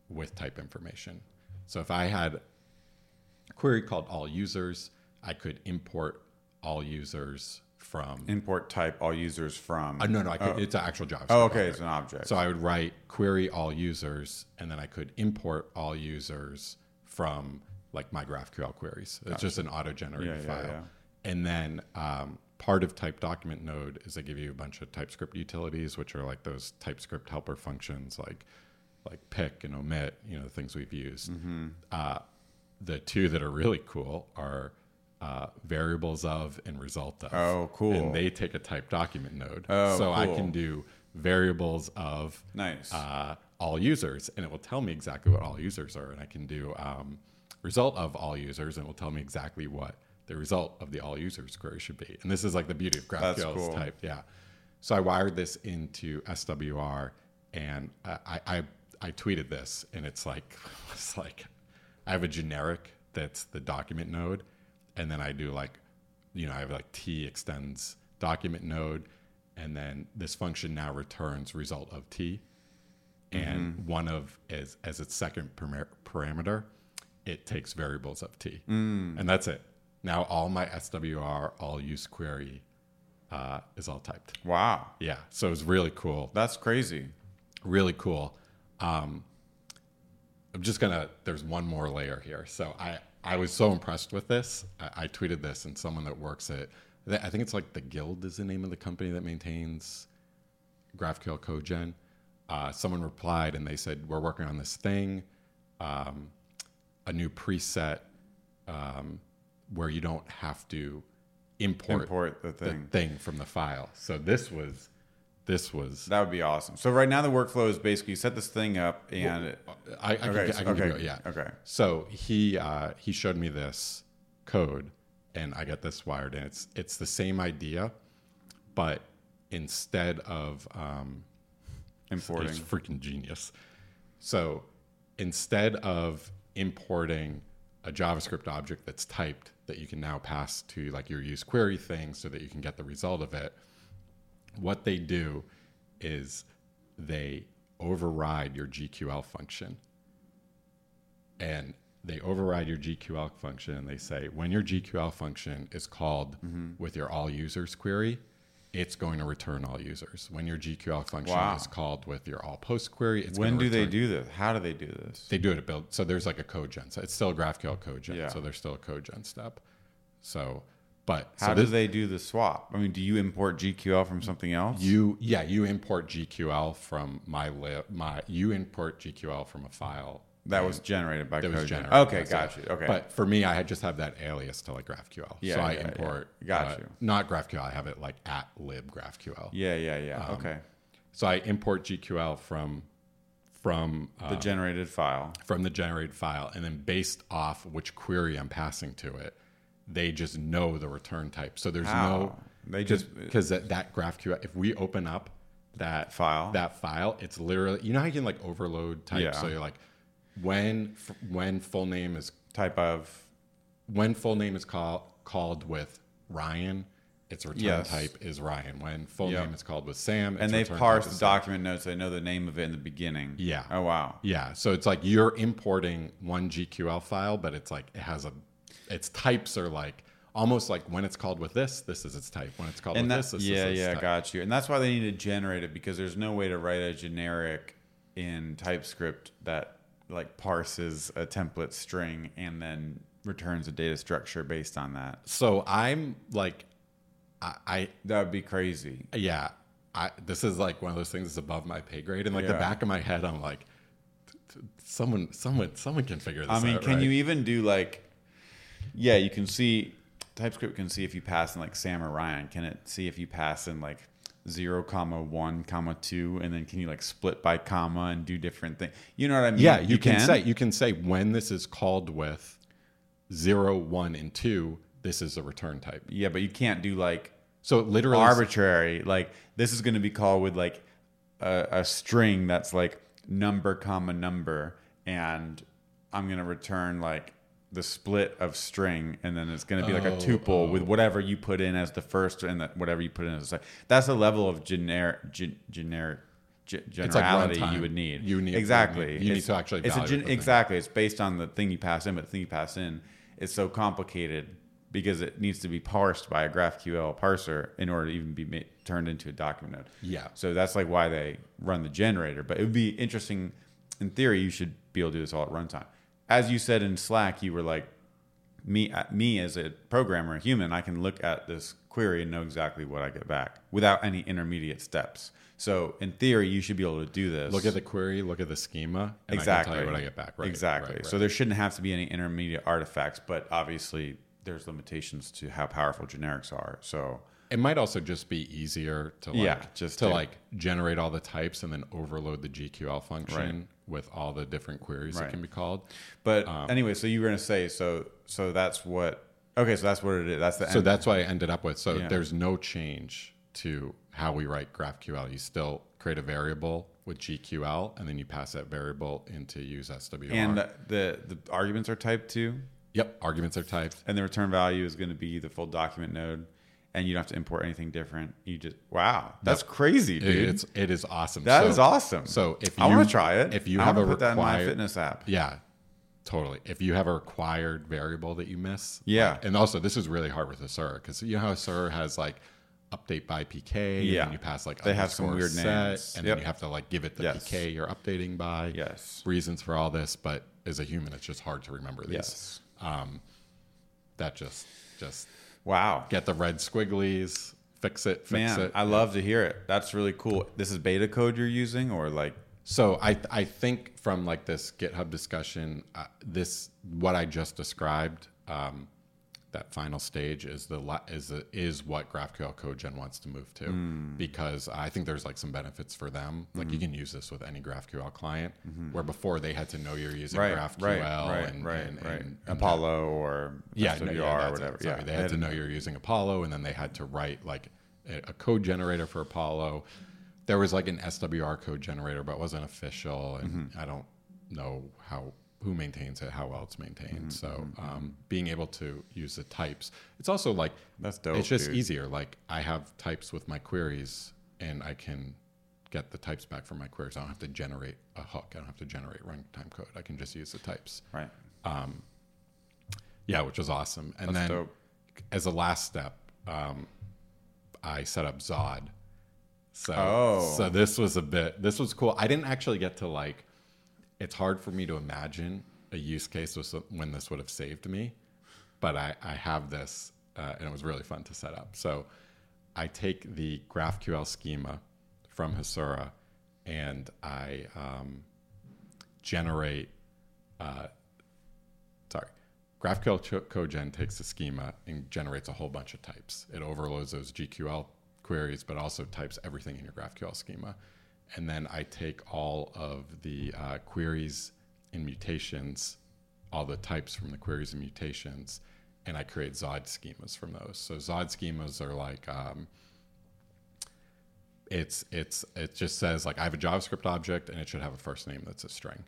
S1: with type information. So if I had a query called all users, I could import all users from.
S2: Import type all users from.
S1: Uh, no, no, I could, it's an actual JavaScript.
S2: oh, okay. It's an object.
S1: So I would write query all users, and then I could import all users from like my GraphQL queries. It's just an auto-generated
S2: Yeah, yeah,
S1: file. And then um, part of type document node is they give you a bunch of TypeScript utilities, which are like those TypeScript helper functions, like like pick and omit, you know, the things we've used.
S2: Mm-hmm.
S1: Uh, the two that are really cool are uh, variables of and result of.
S2: Oh, cool.
S1: And they take a type document node,
S2: Oh,
S1: so I
S2: cool.
S1: can do variables of
S2: nice.
S1: uh, all users, and it will tell me exactly what all users are. And I can do um, result of all users, and it will tell me exactly what the result of the all users query should be. And this is like the beauty of
S2: That's
S1: GraphQL's
S2: cool.
S1: type. Yeah. So I wired this into SWR, and I, I I tweeted this, and it's like it's like I have a generic that's the document node, and then I do like you know I have like T extends document node, and then this function now returns result of T and
S2: Mm-hmm.
S1: one of as as its second param- parameter, it takes variables of t,
S2: Mm.
S1: and that's it. Now all my SWR all use query uh, is all typed.
S2: wow.
S1: Yeah, so it's really cool,
S2: That's crazy.
S1: really cool. Um, I'm just gonna. There's one more layer here. So I I was so impressed with this. I, I tweeted this, and someone that works at I think it's like the Guild is the name of the company that maintains GraphQL CodeGen. Uh, someone replied and they said, "We're working on this thing, um, a new preset um, where you don't have to import,
S2: Import the
S1: the
S2: thing.
S1: thing from the file." So this was this was.
S2: That would be awesome. So right now the workflow is basically you set this thing up and it,
S1: I, I can,
S2: okay,
S1: I can give
S2: okay,
S1: you it, yeah.
S2: okay.
S1: So he uh, he showed me this code, and I got this wired, and it's it's the same idea, but instead of um,
S2: importing.
S1: It's freaking genius. So instead of importing a JavaScript object that's typed that you can now pass to like your use query thing so that you can get the result of it, what they do is they override your GQL function. And they override your GQL function and they say when your GQL function is called
S2: Mm-hmm.
S1: with your all users query, it's going to return all users. When your GQL function
S2: Wow.
S1: is called with your all post query, it's
S2: When
S1: gonna
S2: do they
S1: return-
S2: do this? How do they do this?
S1: They do it at build. So there's like a cogen. So it's still a GraphQL cogen.
S2: Yeah.
S1: So there's still a cogen step. So, but so
S2: How
S1: this-
S2: do they do the swap? I mean, do you import GQL from something else?
S1: You yeah, you import GQL from my li- my you import GQL from a file
S2: that was generated by
S1: that
S2: code.
S1: was
S2: gen-
S1: generated.
S2: Okay,
S1: So-
S2: got you. Okay.
S1: But for me, I had just have that alias to like GraphQL.
S2: Yeah,
S1: so I
S2: yeah, yeah.
S1: import
S2: Got
S1: uh,
S2: you.
S1: not GraphQL, I have it like at lib GraphQL.
S2: yeah, yeah, yeah.
S1: um,
S2: okay.
S1: So I import GQL from from uh,
S2: The generated file.
S1: from the generated file and then based off which query I'm passing to it, they just know the return type. So there's
S2: Wow.
S1: no
S2: They just uh,
S1: because that, that GraphQL, if we open up that
S2: File.
S1: that file, it's literally you know how you can like overload types.
S2: Yeah.
S1: So you're like, when f- when full name is
S2: type of
S1: when full name is call, called with Ryan, its return
S2: Yes.
S1: type is Ryan. When full
S2: Yeah.
S1: name is called with Sam, its
S2: and they've
S1: return type
S2: parsed
S1: is
S2: the
S1: Sam.
S2: document notes. They know the name of it in the beginning.
S1: Yeah.
S2: Oh wow.
S1: Yeah, so it's like you're importing one GQL file, but it's like it has a, its types are like almost like when it's called with this, this is its type. When it's called
S2: And
S1: with
S2: that's
S1: this, this
S2: yeah,
S1: is its
S2: yeah,
S1: type.
S2: got you. And that's why they need to generate it because there's no way to write a generic in TypeScript that like parses a template string and then returns a data structure based on that.
S1: So I'm like, I, I
S2: That would be crazy.
S1: yeah, I this is like one of those things that's above my pay grade, and like the
S2: Yeah.
S1: back of my head, I'm like, "T- t- someone, someone, someone can figure this out.
S2: I mean, can
S1: right?"
S2: you even do like, yeah, you can see TypeScript can see if you pass in like Sam or Ryan. Can it see if you pass in like zero comma one comma two, and then can you like split by comma and do different things? You know what I mean?
S1: Yeah, you, can, say you can say when this is called with zero, one, and two. This is a return type.
S2: Yeah, but you can't do like
S1: So it literally
S2: arbitrary. Like this is going to be called with like a, a string that's like number comma number, and I'm going to return like the split of string, and then it's going to be
S1: Oh,
S2: like a tuple with whatever you put in as the first and the, whatever you put in as the second. That's the level of generic gen, generic. ge-
S1: like
S2: Generality
S1: runtime.
S2: you would need.
S1: You need-
S2: exactly.
S1: you need
S2: It's-
S1: to actually
S2: It's a
S1: value
S2: gen-
S1: the thing.
S2: exactly. It's based on the thing you pass in, but the thing you pass in is so complicated because it needs to be parsed by a GraphQL parser in order to even be ma- turned into a document node.
S1: Yeah.
S2: So that's like why they run the generator. But it would be interesting. In theory, you should be able to do this all at runtime. As you said in Slack, you were like, me, uh, me as a programmer, a human, I can look at this query and know exactly what I get back without any intermediate steps. So in theory, you should be able to do this
S1: look at the query, look at the schema, and
S2: exactly
S1: I can tell you what I get back. Right.
S2: Exactly.
S1: right,
S2: So there shouldn't have to be any intermediate artifacts, but obviously there's limitations to how powerful generics are. So
S1: It might also just be easier to like,
S2: Yeah, just
S1: to
S2: to-
S1: like generate all the types and then overload the GQL function
S2: Right.
S1: with all the different queries
S2: Right.
S1: that can be called.
S2: but
S1: Um,
S2: anyway, so you were gonna say so so that's what okay, so that's what it is. That's the
S1: So
S2: end.
S1: that's what I ended up with. So
S2: Yeah.
S1: there's no change to how we write GraphQL. You still create a variable with GQL and then you pass that variable into use SWR.
S2: and the the arguments are typed too,
S1: yep, arguments are typed.
S2: and the return value is gonna be the full document node, and you don't have to import anything different. You just wow, that's crazy,
S1: It-
S2: dude.
S1: It's it is awesome.
S2: That
S1: That
S2: is
S1: is
S2: awesome.
S1: So if you
S2: I want to try it.
S1: if you
S2: I
S1: have a
S2: wanna put that in my
S1: required
S2: fitness app.
S1: Yeah, totally. If you have a required variable that you miss,
S2: Yeah.
S1: like- and also this is really hard with Asura because you know how Asura has like update by PK,
S2: Yeah.
S1: and then you pass like
S2: They have some
S1: underscore
S2: weird
S1: set,
S2: names.
S1: and
S2: Yep.
S1: then you have to like give it the
S2: Yes.
S1: PK you're updating by.
S2: Yes.
S1: reasons for all this, but as a human, it's just hard to remember these.
S2: Yes.
S1: That just just
S2: Wow.
S1: get the red squigglies, fix it, fix
S2: Man,
S1: it.
S2: I love to hear it. That's really cool. This is beta code you're using, or like,
S1: So I I think from like this GitHub discussion, uh, this what I just described, um, that final stage is the la- is the, is what GraphQL CodeGen wants to move to
S2: Hmm.
S1: because I think there's like some benefits for them. Like you can use this with any GraphQL client, where before they had to know you're using
S2: Hmm. right,
S1: GraphQL
S2: right, right,
S1: and,
S2: right,
S1: and-
S2: right,
S1: and- and
S2: Apollo or
S1: yeah,
S2: SWR
S1: no, yeah,
S2: or
S1: that's
S2: whatever.
S1: it. Sorry,
S2: yeah,
S1: they had to know you're using Apollo, and then they had to write like a, a code generator for Apollo. There was like an SWR code generator, but it wasn't official, and I don't know how who maintains it, how well it's maintained. So um, being able to use the types, it's also like
S2: That's dope.
S1: it's just
S2: dude.
S1: easier. Like I have types with my queries, and I can get the types back from my queries. I don't have to generate a hook. I don't have to generate runtime code. I can just use the types.
S2: right?
S1: Yeah, which was awesome. And
S2: That's
S1: then
S2: dope.
S1: as a last step, um, I set up Zod. So
S2: Oh.
S1: so this was a bit this was cool. I didn't actually get to like it's hard for me to imagine a use case was when this would have saved me, but I, I have this uh, and it was really fun to set up. So I take the GraphQL schema from Hasura and I um, generate sorry. GraphQL cho- CodeGen takes the schema and generates a whole bunch of types. It overloads those GQL queries, but also types everything in your GraphQL schema. And then I take all of the uh, queries and mutations, all the types from the queries and mutations, and I create Zod schemas from those. So Zod schemas are like um, it's it's it just says like I have a JavaScript object and it should have a first name that's a string,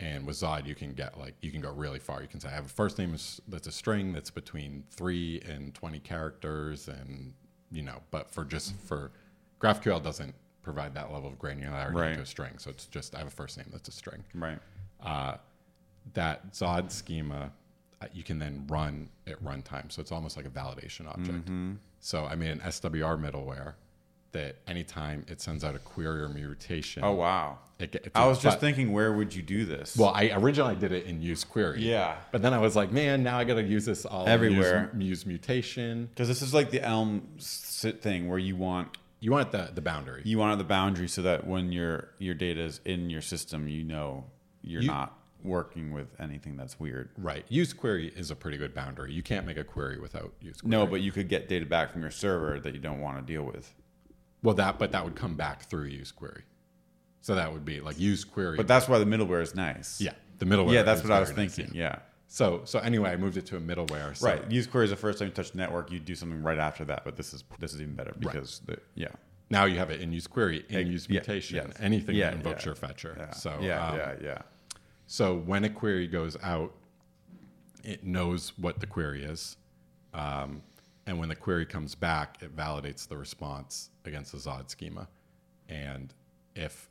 S1: And with Zod, you can get like you can go really far. You can say I have a first name is- that's a string that's between three and twenty characters, and you know. But for just for GraphQL doesn't provide that level of granularity
S2: Right.
S1: to a string, so it's just I have a first name that's a string
S2: Right.
S1: uh, that Zod schema, uh, you can then run at runtime. So it's almost like a validation object.
S2: Mm-hmm.
S1: So I made an SWR middleware that anytime it sends out a query or mutation,
S2: Oh wow.
S1: it, ge- it's
S2: I
S1: a
S2: was just
S1: button.
S2: thinking, where would you do this?
S1: Well, I originally did it in use query.
S2: Yeah.
S1: But then I was like, man, now I got to use this all
S2: Everywhere.
S1: Use, use mutation.
S2: because this is like the Elm s- thing where you want
S1: You want the the boundary.
S2: you want the boundary so that when your your data is in your system, you know you're
S1: You-
S2: not working with anything that's weird.
S1: right. Use query is a pretty good boundary. You can't make a query without use query.
S2: No, but you could get data back from your server that you don't want to deal with.
S1: Well, that but that would come back through use query. So that would be like use query.
S2: But that's why the middleware is nice.
S1: Yeah, the middleware.
S2: Yeah, that's
S1: is
S2: what I was
S1: very nice,
S2: thinking.
S1: yeah.
S2: Yeah.
S1: So so anyway, I moved it to a middleware. So,
S2: Right. Use query is the first time you touch network, you do something right after that, but this is this is even better because the, yeah.
S1: Now you have it in use query, in use
S2: yeah,
S1: mutation,
S2: yes.
S1: anything
S2: Yeah,
S1: that invokes
S2: yeah,
S1: your fetcher.
S2: Yeah.
S1: So
S2: yeah,
S1: um,
S2: yeah, yeah.
S1: So when a query goes out, it knows what the query is, um, and when the query comes back, it validates the response against the Zod schema, and if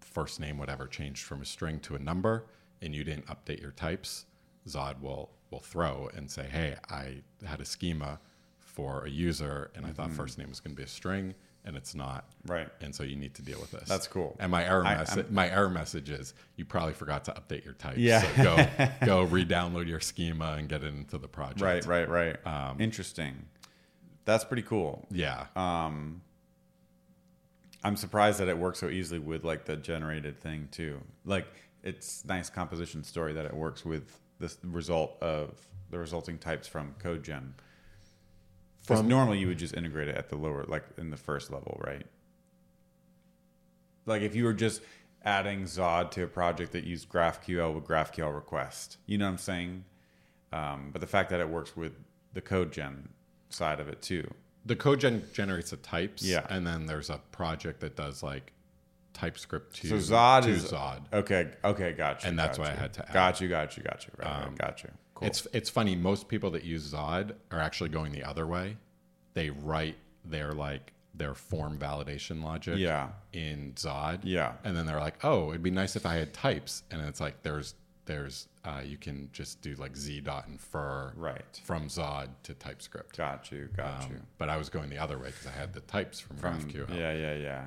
S1: first name whatever changed from a string to a number and you didn't update your types, Zod will will throw and say, "Hey, I had a schema for a user, and I thought first name was going to be a string, and it's not."
S2: Right.
S1: And so you need to deal with this.
S2: That's cool.
S1: And my error
S2: I-
S1: message, my error message is you probably forgot to update your types.
S2: Yeah.
S1: So go go re-download your schema and get it into the project.
S2: Right, right, right.
S1: Um,
S2: Interesting. That's pretty cool.
S1: Yeah.
S2: Um, I'm surprised that it works so easily with like the generated thing too. Like it's nice composition story that it works with this result of the resulting types from CodeGen. Because
S1: From-
S2: normally you would just integrate it at the lower, like in the first level, right? Like if you were just adding Zod to a project that used GraphQL with GraphQL request, you know what I'm saying? Um, but the fact that it works with the CodeGen side of it too,
S1: the code gen generates the types.
S2: Yeah.
S1: And then there's a project that does like TypeScript to
S2: So Zod
S1: to
S2: is
S1: Zod.
S2: Okay. Okay. Gotcha.
S1: And that's
S2: gotcha.
S1: why I had to add. Um,
S2: Got you. Got you. Got you. Right. right, got you. Cool.
S1: It's it's funny. Most people that use Zod are actually going the other way. They write their like their form validation logic.
S2: yeah.
S1: in Zod.
S2: Yeah.
S1: And then they're like, oh, it'd be nice if I had types. And it's like there's there's uh, you can just do like z dot infer
S2: Right.
S1: from Zod to TypeScript.
S2: Got you. Got
S1: Um, but I was going the other way because I had the types from,
S2: you.
S1: GraphQL.
S2: Yeah. Yeah. Yeah.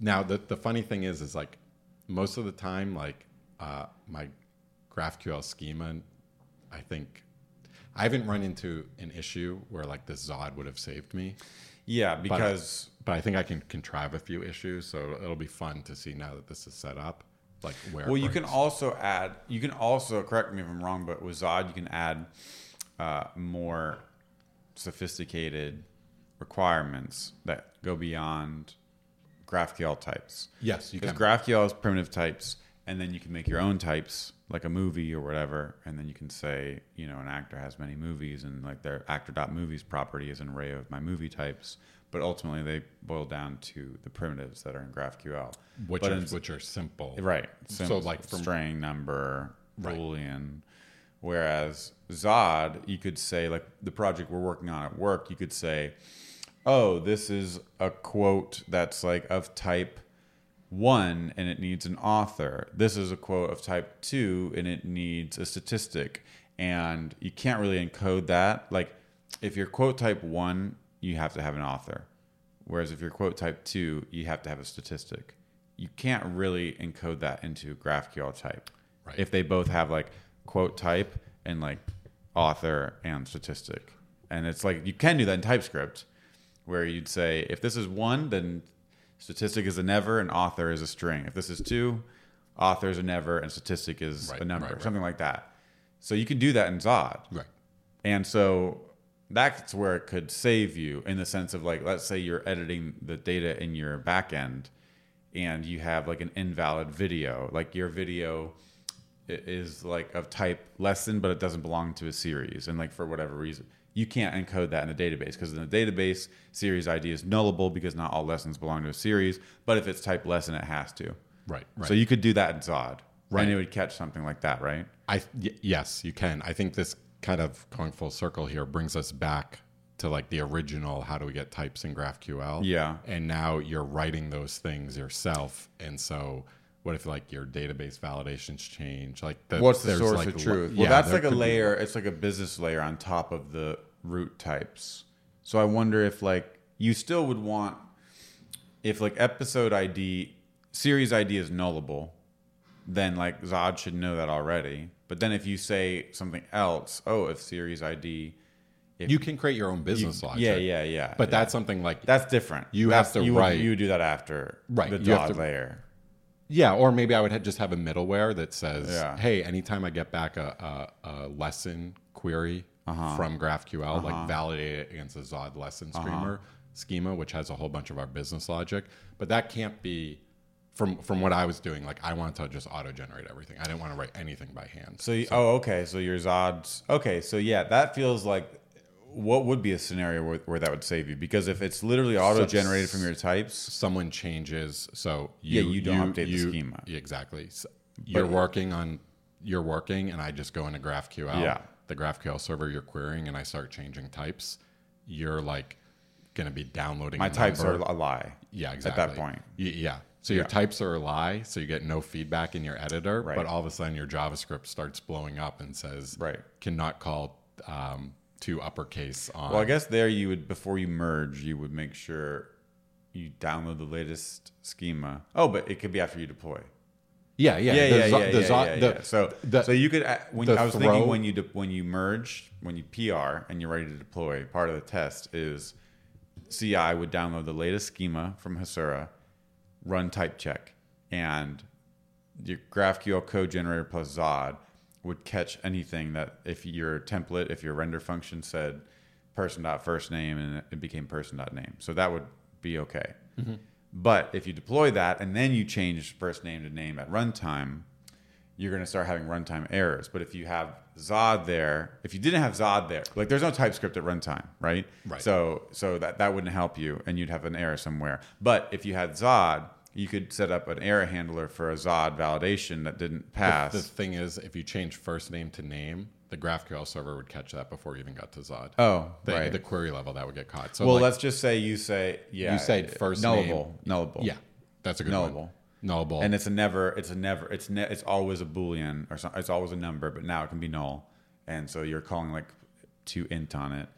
S1: Now the the funny thing is is like most of the time like uh, my GraphQL schema, I think I haven't run into an issue where like the Zod would have saved me
S2: Yeah. Because
S1: but I think I can contrive a few issues. So it'll be fun to see now that this is set up, like where.
S2: well,
S1: it
S2: you can
S1: breaks.
S2: also add. You can also correct me if I'm wrong, but with Zod, you can add uh, more sophisticated requirements that go beyond GraphQL types.
S1: yes, you
S2: Because
S1: can.
S2: GraphQL is primitive types, and then you can make your own types, like a movie or whatever, and then you can say, you know, an actor has many movies, and like their actor.movies property is an array of my movie types. But ultimately, they boil down to the primitives that are in GraphQL.
S1: which
S2: but
S1: are,
S2: in-
S1: which are simple,
S2: right?
S1: So, like, from-
S2: string number,
S1: Right.
S2: boolean. Whereas Zod, you could say like the project we're working on at work, you could say, "Oh, this is a quote that's like of type one and it needs an author. This is a quote of type two and it needs a statistic. And you can't really encode that. Like, if you're quote type one, you have to have an author. Whereas if you're quote type two, you have to have a statistic. You can't really encode that into GraphQL type.
S1: Right.
S2: If they both have like quote type and like author and statistic. And it's like you can do that in TypeScript where you'd say if this is one, then statistic is a never and author is a string. If this is two, author is a never and statistic is
S1: Right,
S2: a number,
S1: right, right.
S2: something like that. So you can do that in Zod.
S1: right?
S2: And so that's where it could save you in the sense of like, let's say you're editing the data in your backend and you have like an invalid video, like your video i- is like of type lesson, but it doesn't belong to a series. And like for whatever reason, you can't encode that in the database because in the database, series ID is nullable because not all lessons belong to a series. But if it's type lesson, it has to.
S1: Right, right.
S2: So you could do that in Zod. and it would catch something like that, right?
S1: I y- yes, you can. I think this kind of going full circle here brings us back to like the original. How do we get types in GraphQL?
S2: Yeah.
S1: and now you're writing those things yourself, and so. What if like your database validations change? Like the,
S2: What's the
S1: there's,
S2: source
S1: like,
S2: of
S1: la-
S2: truth?
S1: yeah,
S2: well, that's
S1: there
S2: like a
S1: could be-
S2: layer. It's like a business layer on top of the root types. So I wonder if like you still would want if like episode ID series ID is nullable, then like Zod should know that already. But then if you say something else, oh, if series ID,
S1: You can create your own business logic.
S2: yeah, yeah, yeah,
S1: But
S2: yeah.
S1: that's something like
S2: that's different.
S1: You
S2: That's-
S1: have to
S2: you would-
S1: write-
S2: you would do that after
S1: Right,
S2: the
S1: you have
S2: Zod
S1: to-
S2: layer.
S1: Yeah, or maybe I would ha- just have a middleware that says,
S2: Yeah.
S1: "Hey, anytime I get back a, a, a lesson query from GraphQL, like validate it against a Zod lesson streamer schema, which has a whole bunch of our business logic." But that can't be from from what I was doing. Like I wanted to just auto generate everything. I didn't want to write anything by hand.
S2: So, you, oh, okay. So your Zod's okay. So yeah, that feels like what would be a scenario where, where that would save you because if it's literally auto generated from your types,
S1: someone changes, so
S2: Yeah,
S1: you,
S2: you don't update the schema.
S1: Yeah, exactly. S- you're working on you're working, and I just go into GraphQL.
S2: Yeah.
S1: the GraphQL server you're querying, and I start changing types. You're like going to be downloading
S2: my
S1: a
S2: types
S1: number.
S2: are a lie.
S1: yeah
S2: that
S1: exactly
S2: point.
S1: Y- yeah. So your types are a lie, so you get no feedback in your editor.
S2: Right.
S1: But all of a sudden, your JavaScript starts blowing up and says
S2: Right.
S1: cannot call um, to uppercase on.
S2: Well, I guess there you would before you merge, you would make sure you download the latest schema. Oh, but it could be after you deploy.
S1: yeah, yeah, the
S2: Yeah, yeah,
S1: zo-
S2: yeah,
S1: the
S2: yeah,
S1: zo-
S2: yeah,
S1: the-
S2: yeah. So,
S1: the-
S2: so you could uh, when
S1: the
S2: I was
S1: throw-
S2: thinking when you de- when you merge, when you PR and you're ready to deploy, part of the test is CI would download the latest schema from Hasura, run type check, and your GraphQL code generator plus Zod would catch anything that if your template, if your render function said person dot first name and it became person dot name, so that would be okay.
S1: Mm-hmm.
S2: But if you deploy that and then you change first name to name at runtime, you're going to start having runtime errors. But if you have Zod there, if you didn't have Zod there, like there's no TypeScript at runtime, right?
S1: Right.
S2: So so that that wouldn't help you, and you'd have an error somewhere. But if you had Zod, you could set up an error handler for a Zod validation that didn't pass.
S1: The thing is, if you change first name to name, the GraphQL server would catch that before you even got to Zod.
S2: oh,
S1: the,
S2: right.
S1: the query level that would get caught. So
S2: well,
S1: like,
S2: let's just say you say yeah.
S1: You said first
S2: nullable, nullable.
S1: yeah, that's a good
S2: Nullable.
S1: one. Nullable.
S2: and it's a never it's a never it's ne- it's always a boolean or so, it's always a number but now it can be null and so you're calling like two int on it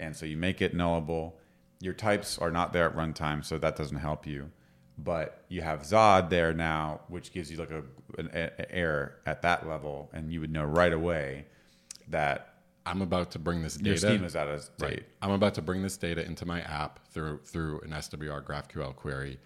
S2: and so you make it nullable your types are not there at runtime so that doesn't help you but you have zod there now which gives you like a an, a- error at that level and you would know right away that
S1: I'm about to bring this
S2: your
S1: data.
S2: scheme is out of date
S1: Right. I'm about to bring this data into my app through through an SWR GraphQL query,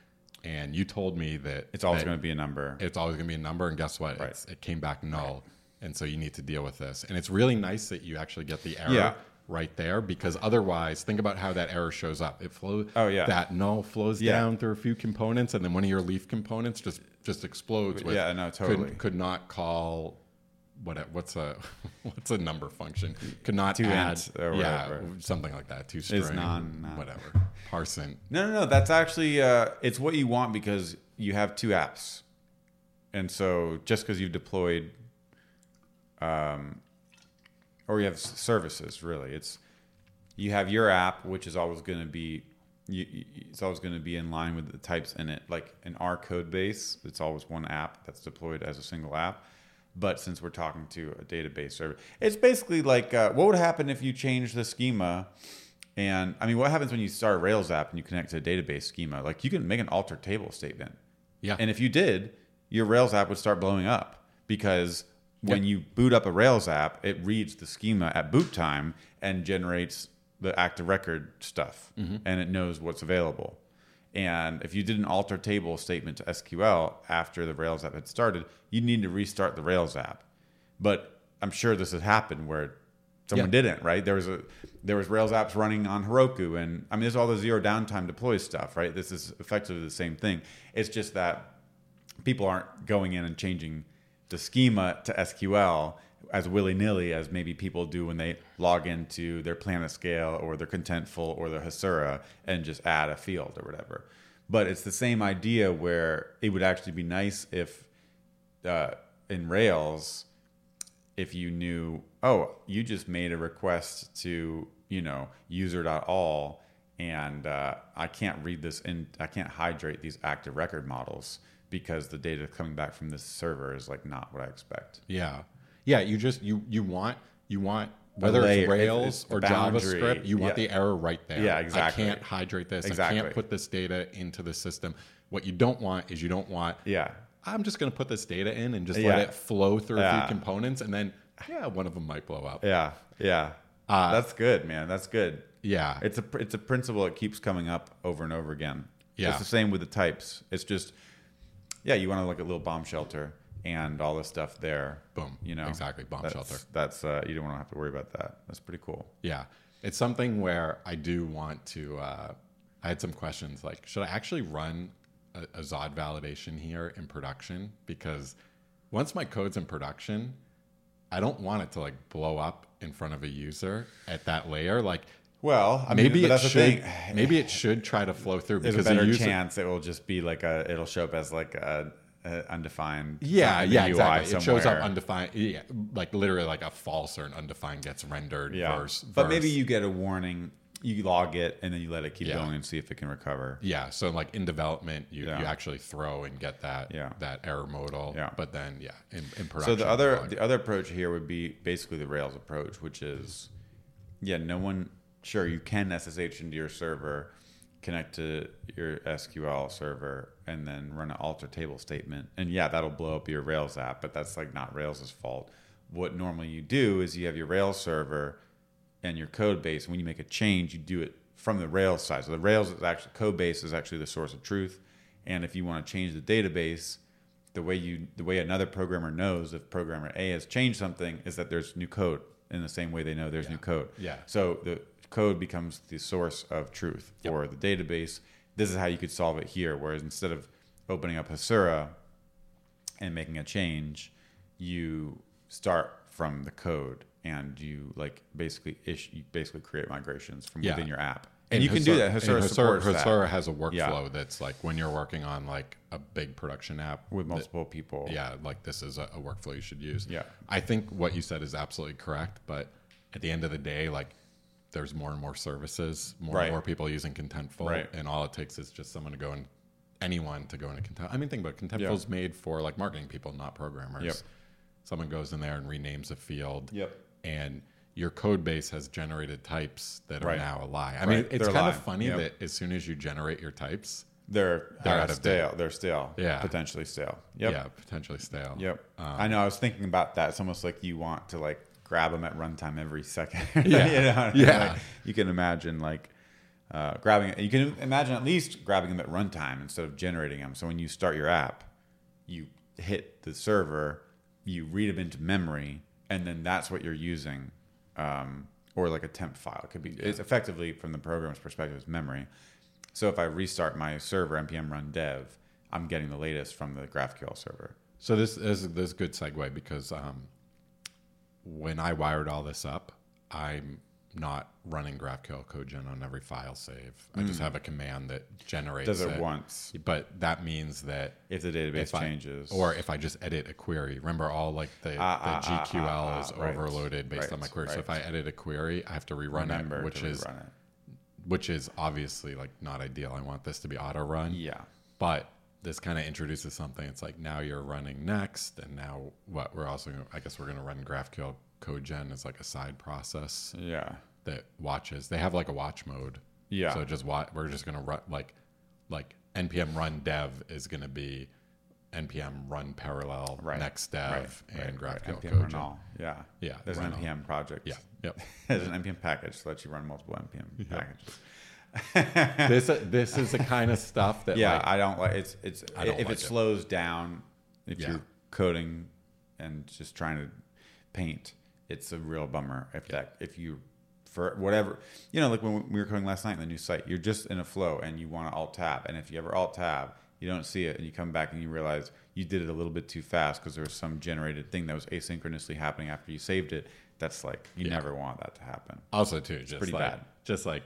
S1: and you told me that
S2: it's always
S1: that
S2: going to be a number
S1: it's always going to be a number, and guess what? It's, it came back null, and so you need to deal with this. And it's really nice that you actually get the error.
S2: Yeah.
S1: Right there, because otherwise, think about how that error shows up. It flows.
S2: Oh, yeah.
S1: That null flows
S2: Yeah.
S1: down through a few components, and then one of your leaf components just just explodes. With,
S2: Yeah, no,
S1: could-
S2: totally.
S1: Could, not call what a- what's a what's a number function? Could not
S2: Two
S1: add
S2: ints or
S1: yeah
S2: whatever.
S1: something like that. Two string
S2: non- non-
S1: whatever parson.
S2: No, no, no. That's actually uh, it's what you want because you have two apps, and so just because you've deployed, um, or you have s- services, really, it's you have your app, which is always going to be you, you- it's always going to be in line with the types in it. Like in our code base, it's always one app that's deployed as a single app. But since we're talking to a database server, it's basically like uh, what would happen if you change the schema? And I mean, what happens when you start a Rails app and you connect to a database schema? Like you can make an alter table statement.
S1: Yeah.
S2: And if you did, your Rails app would start blowing up because when you boot up a Rails app, it reads the schema at boot time and generates the active record stuff
S1: Mm-hmm.
S2: and it knows what's available. And if you did an alter table statement to SQL after the Rails app had started, you need to restart the Rails app. But I'm sure this has happened where someone
S1: Yeah.
S2: didn't, right? There was a there was Rails apps running on Heroku, and I mean, there's all the zero downtime deploy stuff, right? This is effectively the same thing. It's just that people aren't going in and changing the schema to SQL as willy nilly as maybe people do when they log into their Planet Scale or their Contentful or their Hasura and just add a field or whatever. But it's the same idea where it would actually be nice if uh, in Rails if you knew, oh, you just made a request to, you know, user.all and uh, I can't read this and I can't hydrate these active record models because the data coming back from this server is like not what I expect.
S1: Yeah. Yeah, you just you you want you want whether it's
S2: layer, it's-
S1: Rails
S2: it's the
S1: or
S2: boundary.
S1: JavaScript, you want
S2: Yeah.
S1: the error right there.
S2: Yeah, exactly.
S1: I can't hydrate this. I
S2: Exactly.
S1: can't put this data into the system. What you don't want is you don't want
S2: Yeah.
S1: I'm just going to put this data in and just let
S2: Yeah.
S1: it flow through a
S2: Yeah.
S1: few components and then yeah, one of them might blow up.
S2: Yeah. Yeah.
S1: Uh,
S2: That's good, man. That's good.
S1: Yeah.
S2: It's a it's a principle that keeps coming up over and over again.
S1: Yeah.
S2: It's the same with the types. It's just yeah, you want to look at little bomb shelter and all this stuff there.
S1: Boom.
S2: You know
S1: Exactly, bomb
S2: that's,
S1: shelter.
S2: That's uh, you don't want to have to worry about that. That's pretty cool.
S1: Yeah. It's something where I do want to. Uh, I had some questions like, should I actually run a, a Zod validation here in production? Because once my code's in production, I don't want it to like blow up in front of a user at that layer. Like
S2: Well, I
S1: maybe
S2: mean, but
S1: it
S2: that's
S1: should.
S2: the thing.
S1: Maybe it should try to flow through
S2: There's a
S1: because the
S2: better
S1: user.
S2: chance it will just be like a it'll show up as like a, a undefined
S1: yeah,
S2: in the
S1: yeah,
S2: UI
S1: exactly. It shows
S2: somewhere.
S1: up undefined. Yeah, like literally like a false or an undefined gets rendered.
S2: yeah.
S1: Verse,
S2: but maybe
S1: verse.
S2: you get a warning, you log it, and then you let it keep
S1: Yeah.
S2: going and see if it can recover.
S1: Yeah. So like in development, you,
S2: Yeah.
S1: you actually throw and get that
S2: Yeah.
S1: that error modal.
S2: Yeah.
S1: But then yeah, in, in
S2: So
S1: production.
S2: the other
S1: like,
S2: the other approach here would be basically the Rails approach, which is yeah, no one sure you can SSH into your server, connect to your SQL server, and then run an alter table statement, and yeah, that'll blow up your Rails app, but that's like not Rails' fault. What normally you do is you have your Rails server and your code base. When you make a change, you do it from the Rails side. So the Rails is actually code base is actually the source of truth. And if you want to change the database, the way you the way another programmer knows if programmer A has changed something is that there's new code in the same way they know there's new code.
S1: Yeah.
S2: So the code becomes the source of truth for the database. This is how you could solve it here. Whereas instead of opening up Hasura and making a change, you start from the code and you like basically ish, you basically create migrations from
S1: Yeah.
S2: within your app. And, you can do that.
S1: and
S2: Hasura, supports that
S1: Hasura has a workflow
S2: Yeah.
S1: that's like when you're working on like a big production app.
S2: with multiple people.
S1: Yeah, like this is a, a workflow you should use.
S2: Yeah.
S1: I think what you said is absolutely correct, but at the end of the day, like there's more and more services, more
S2: Right.
S1: and more people using Contentful,
S2: Right.
S1: and all it takes is just someone to go and anyone to go into Contentful. I mean, think about it. Contentful's made for like marketing people, not programmers.
S2: Yep.
S1: Someone goes in there and renames a field.
S2: Yep.
S1: And your code base has generated types that are
S2: Right.
S1: now alive. I mean,
S2: Right.
S1: it's
S2: They're
S1: kind
S2: alive.
S1: of funny
S2: Yep.
S1: that as soon as you generate your types,
S2: They're
S1: They're
S2: they're
S1: out of
S2: stale. They're stale.
S1: Yeah.
S2: Potentially stale. Yep.
S1: yeah, potentially stale.
S2: Yep.
S1: Um,
S2: I know. I was thinking about that. It's almost like you want to like grab them at runtime every second.
S1: Yeah.
S2: you know what I
S1: Yeah.
S2: Like, you can imagine like uh, grabbing it. You can imagine at least grabbing them at runtime instead of generating them. So when you start your app, you hit the server, you read them into memory, and then that's what you're using. Um, or like a temp file. It could be, it's effectively from the program's perspective, it's memory. So if I restart my server, npm run dev, I'm getting the latest from the GraphQL server.
S1: So this is this is a good segue because um, when I wired all this up, I'm not running GraphQL CodeGen on every file save. I just have a command that generates
S2: Hmm. does it once
S1: But that means that
S2: if the database
S1: I-
S2: changes
S1: or if I just edit a query. Remember, all like the,
S2: ah,
S1: the
S2: ah,
S1: GQL
S2: ah,
S1: is
S2: ah, right,
S1: overloaded based on my
S2: right,
S1: query. So if I edit a query, I have to rerun
S2: remember
S1: it, which
S2: to
S1: is
S2: rerun it.
S1: which is obviously like not ideal. I want this to be auto run
S2: Yeah,
S1: but this kind of introduces something. It's like now you're running next, and now what we're also, gonna, I guess, we're going to run GraphQL CodeGen as like a side process
S2: yeah,
S1: that watches. They have like a watch mode,
S2: yeah.
S1: so just watch. We're just going to run like, like npm run dev is going to be npm run parallel
S2: Right,
S1: next dev
S2: Right,
S1: and
S2: right.
S1: GraphQL
S2: npm
S1: CodeGen.
S2: run all. Yeah,
S1: Yeah,
S2: There's
S1: run
S2: an
S1: all.
S2: npm project.
S1: Yeah, yep.
S2: there's an npm package that lets you run multiple npm packages.
S1: this this is the kind of stuff that
S2: Yeah,
S1: like,
S2: I don't like it's it's
S1: I don't
S2: if
S1: like
S2: it
S1: it.
S2: slows down if
S1: Yeah.
S2: you're coding and just trying to paint, it's a real bummer if that if you for whatever you know like when we were coding last night in the new site, you're just in a flow and you want to alt tab, and if you ever alt tab, you don't see it, and you come back and you realize you did it a little bit too fast because there was some generated thing that was asynchronously happening after you saved it. That's like you never want that to happen.
S1: Also, too, just
S2: pretty
S1: like,
S2: bad.
S1: Just like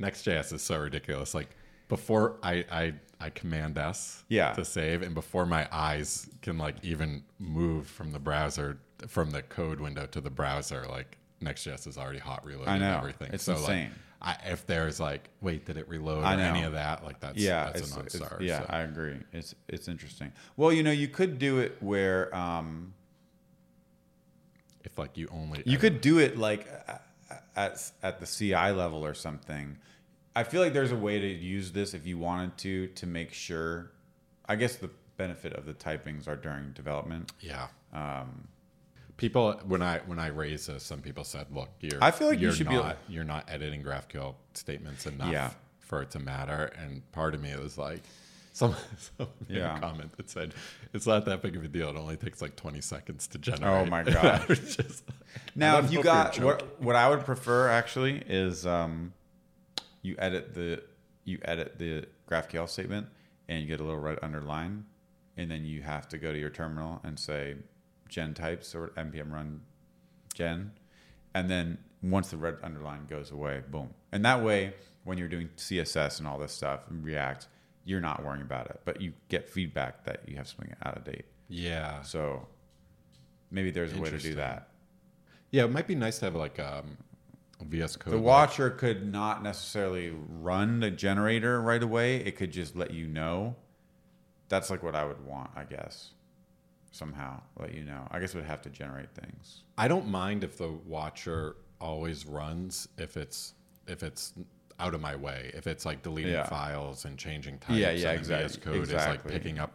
S1: Next.js is so ridiculous. Like before I I I command S
S2: Yeah.
S1: to save, and before my eyes can like even move from the browser from the code window to the browser, like Next.js is already hot reloading
S2: I know.
S1: everything.
S2: It's
S1: so
S2: insane.
S1: like I, if there's like wait did it reload
S2: I
S1: or
S2: know.
S1: any of that like that's
S2: yeah,
S1: that's
S2: it's-
S1: a non
S2: it's-
S1: star.
S2: Yeah, I agree. It's it's interesting. Well, you know, you could do it where um,
S1: if like you only
S2: you could do it like a- a- at at the CI level or something. I feel like there's a way to use this if you wanted to to make sure. I guess the benefit of the typings are during development.
S1: yeah. Um, people when I when I raised this, some people said, "Look, you're
S2: I feel like you
S1: you're
S2: should be
S1: not
S2: able-
S1: you're not editing GraphQL statements enough
S2: Yeah.
S1: for it to matter." And part of me was like. Some, someone made
S2: Yeah.
S1: a comment that said it's not that big of a deal. It only takes like 20 seconds to generate.
S2: Oh my
S1: And I
S2: God.
S1: was just-
S2: Now,
S1: don't
S2: if you
S1: know if you're
S2: got what, what I would prefer actually is um, you edit the you edit the GraphQL statement and you get a little red underline, and then you have to go to your terminal and say gen types or npm run gen, and then once the red underline goes away, boom. And that way, when you're doing CSS and all this stuff and React, you're not worrying about it, but you get feedback that you have something out of date.
S1: yeah.
S2: So maybe there's a way to do
S1: Interesting.
S2: that.
S1: Yeah. It might be nice to have like um, a VS Code.
S2: The
S1: like-
S2: watcher could not necessarily run the generator right away. It could just let you know. That's like what I would want, I guess. Somehow let you know. I guess it would have to generate things.
S1: I don't mind if the watcher always runs if it's if it's out of my way. If it's like deleting
S2: Yeah.
S1: files and changing types.
S2: Yeah, yeah,
S1: and the VS
S2: exact-
S1: Code is like
S2: exactly.
S1: picking up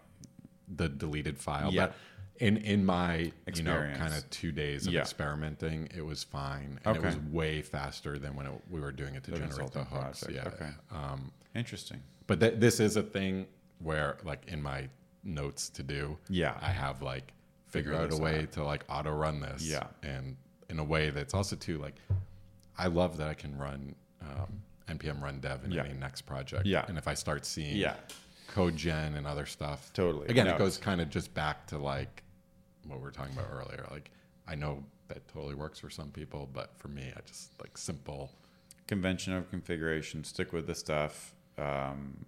S1: the deleted file.
S2: Yeah.
S1: But in in my
S2: Experience.
S1: you know kind of two days of
S2: Yeah.
S1: experimenting, it was fine and
S2: Okay.
S1: it was way faster than when it, we were doing it to generate the
S2: consulting
S1: hooks.
S2: project.
S1: Yeah. Um,
S2: Okay. Interesting.
S1: But th- this is a thing where like in my notes to do.
S2: Yeah.
S1: I have like figured
S2: Figure
S1: out a
S2: this
S1: way to like auto run this.
S2: Yeah.
S1: And in a way that's also too like, I love that I can run um, npm run dev in
S2: Yeah.
S1: any next project.
S2: Yeah.
S1: And if I start seeing
S2: Yeah.
S1: code gen and other stuff,
S2: Totally.
S1: Again,
S2: No.
S1: it goes kind of just back to like what we were talking about earlier. Like I know that totally works for some people, but for me, I just like simple.
S2: Convention of configuration, stick with the stuff. Um,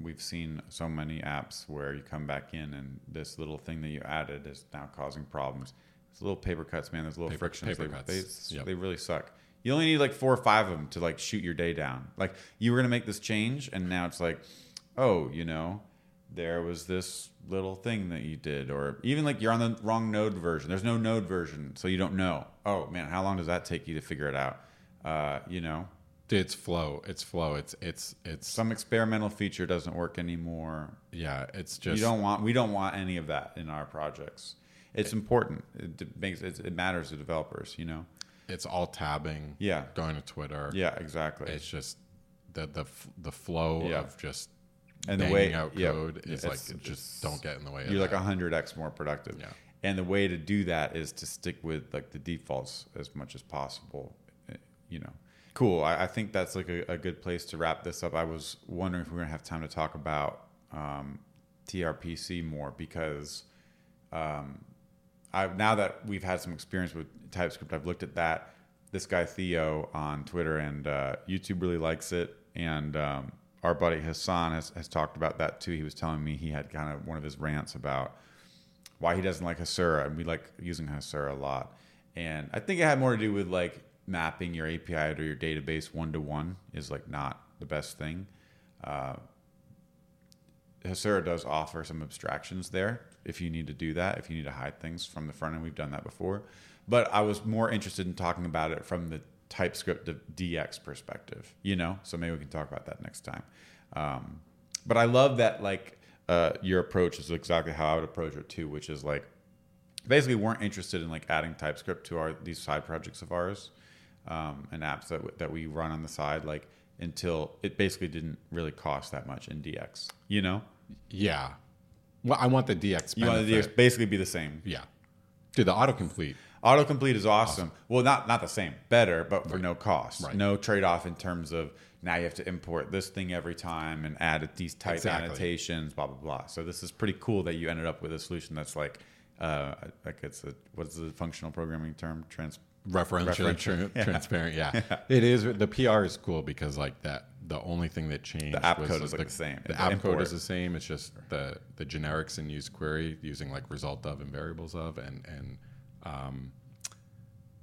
S2: we've seen so many apps where you come back in and this little thing that you added is now causing problems. It's little paper cuts, man. There's little
S1: Paper-
S2: frictions.
S1: paper
S2: they,
S1: cuts.
S2: They,
S1: Yep.
S2: they really suck. You only need like four or five of them to like shoot your day down. Like you were gonna make this change, and now it's like, oh, you know, there was this little thing that you did, or even like you're on the wrong node version. There's no node version, so you don't know. Oh man, how long does that take you to figure it out? Uh, you know,
S1: It's flow. It's flow. It's it's it's
S2: some experimental feature doesn't work anymore.
S1: yeah. It's just
S2: you don't want we don't want any of that in our projects. It's important. It d- makes it, it matters to developers. You know.
S1: it's all tabbing.
S2: Yeah.
S1: going to Twitter.
S2: Yeah. Exactly.
S1: it's just the the f- the flow
S2: Yeah.
S1: of just
S2: And the
S1: banging
S2: way-
S1: out
S2: yeah,
S1: code is like
S2: it's-
S1: it
S2: it's-
S1: just don't get in the way.
S2: you're
S1: of
S2: like
S1: that.
S2: hundred x more productive.
S1: Yeah.
S2: And the way to do that is to stick with like the defaults as much as possible. eh, You know, cool. I, I think that's like a, a good place to wrap this up. I was wondering if we are gonna have time to talk about um, TRPC more because um, I now that we've had some experience with TypeScript, I've looked at that. This guy Theo on Twitter and uh, YouTube really likes it, and um, our buddy Hassan has, has talked about that too. He was telling me he had kind of one of his rants about why he doesn't like Hasura, and we like using Hasura a lot. And I think it had more to do with like mapping your API to your database one to one is like not the best thing. Uh, Hasura does offer some abstractions there if you need to do that, if you need to hide things from the front end. We've done that before. But I was more interested in talking about it from the TypeScript of DX perspective, you know? So maybe we can talk about that next time. Um, but I love that like uh, your approach is exactly how I would approach it too, which is like basically weren't interested in like adding TypeScript to our these side projects of ours um, and apps that w- that we run on the side like until it basically didn't really cost that much in DX. You know,
S1: yeah. Well, I want the DX.
S2: you want the
S1: benefit.
S2: DX basically be the same.
S1: Yeah, dude, the autocomplete.
S2: Autocomplete is awesome. Well, not not the same, better, but for no cost,
S1: Right.
S2: no trade off in terms of now you have to import this thing every time and add these type
S1: Exactly.
S2: annotations, blah blah blah. So this is pretty cool that you ended up with a solution that's like. Uh, like it's a what's the functional programming term? Trans
S1: referential,
S2: Referential,
S1: tran- transparent. Yeah. it is. The PR is cool because like that the only thing that changed
S2: The app
S1: was
S2: code is, like, the same.
S1: The
S2: The
S1: app code
S2: import.
S1: is the same. It's just the the generics in use query using like result of and variables of and and um,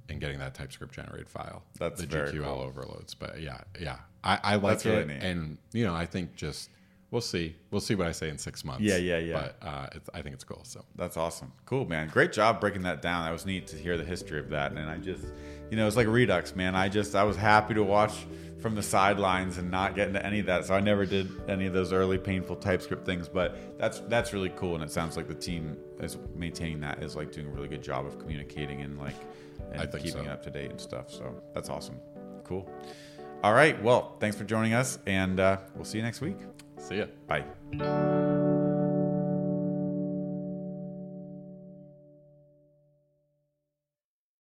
S1: and getting that TypeScript generated file.
S2: That's
S1: the
S2: very
S1: GQL
S2: cool.
S1: overloads. But yeah, yeah, I, I like
S2: That's
S1: it.
S2: really neat.
S1: And you know, I think just we'll see. We'll see what I say in six months.
S2: Yeah, yeah, yeah.
S1: But uh, it's, I think it's cool. So
S2: That's awesome. Cool, man. Great job breaking that down. That was neat to hear the history of that. And I just, you know, it's like Redux, man. I just, I was happy to watch from the sidelines and not get into any of that. So I never did any of those early painful TypeScript things. But that's that's really cool. And it sounds like the team is maintaining that is like doing a really good job of communicating and like and
S1: I think
S2: keeping
S1: so.
S2: it up to date and stuff. So that's awesome. Cool. All right. Well, thanks for joining us, and uh, we'll see you next week.
S1: see ya.
S2: Bye.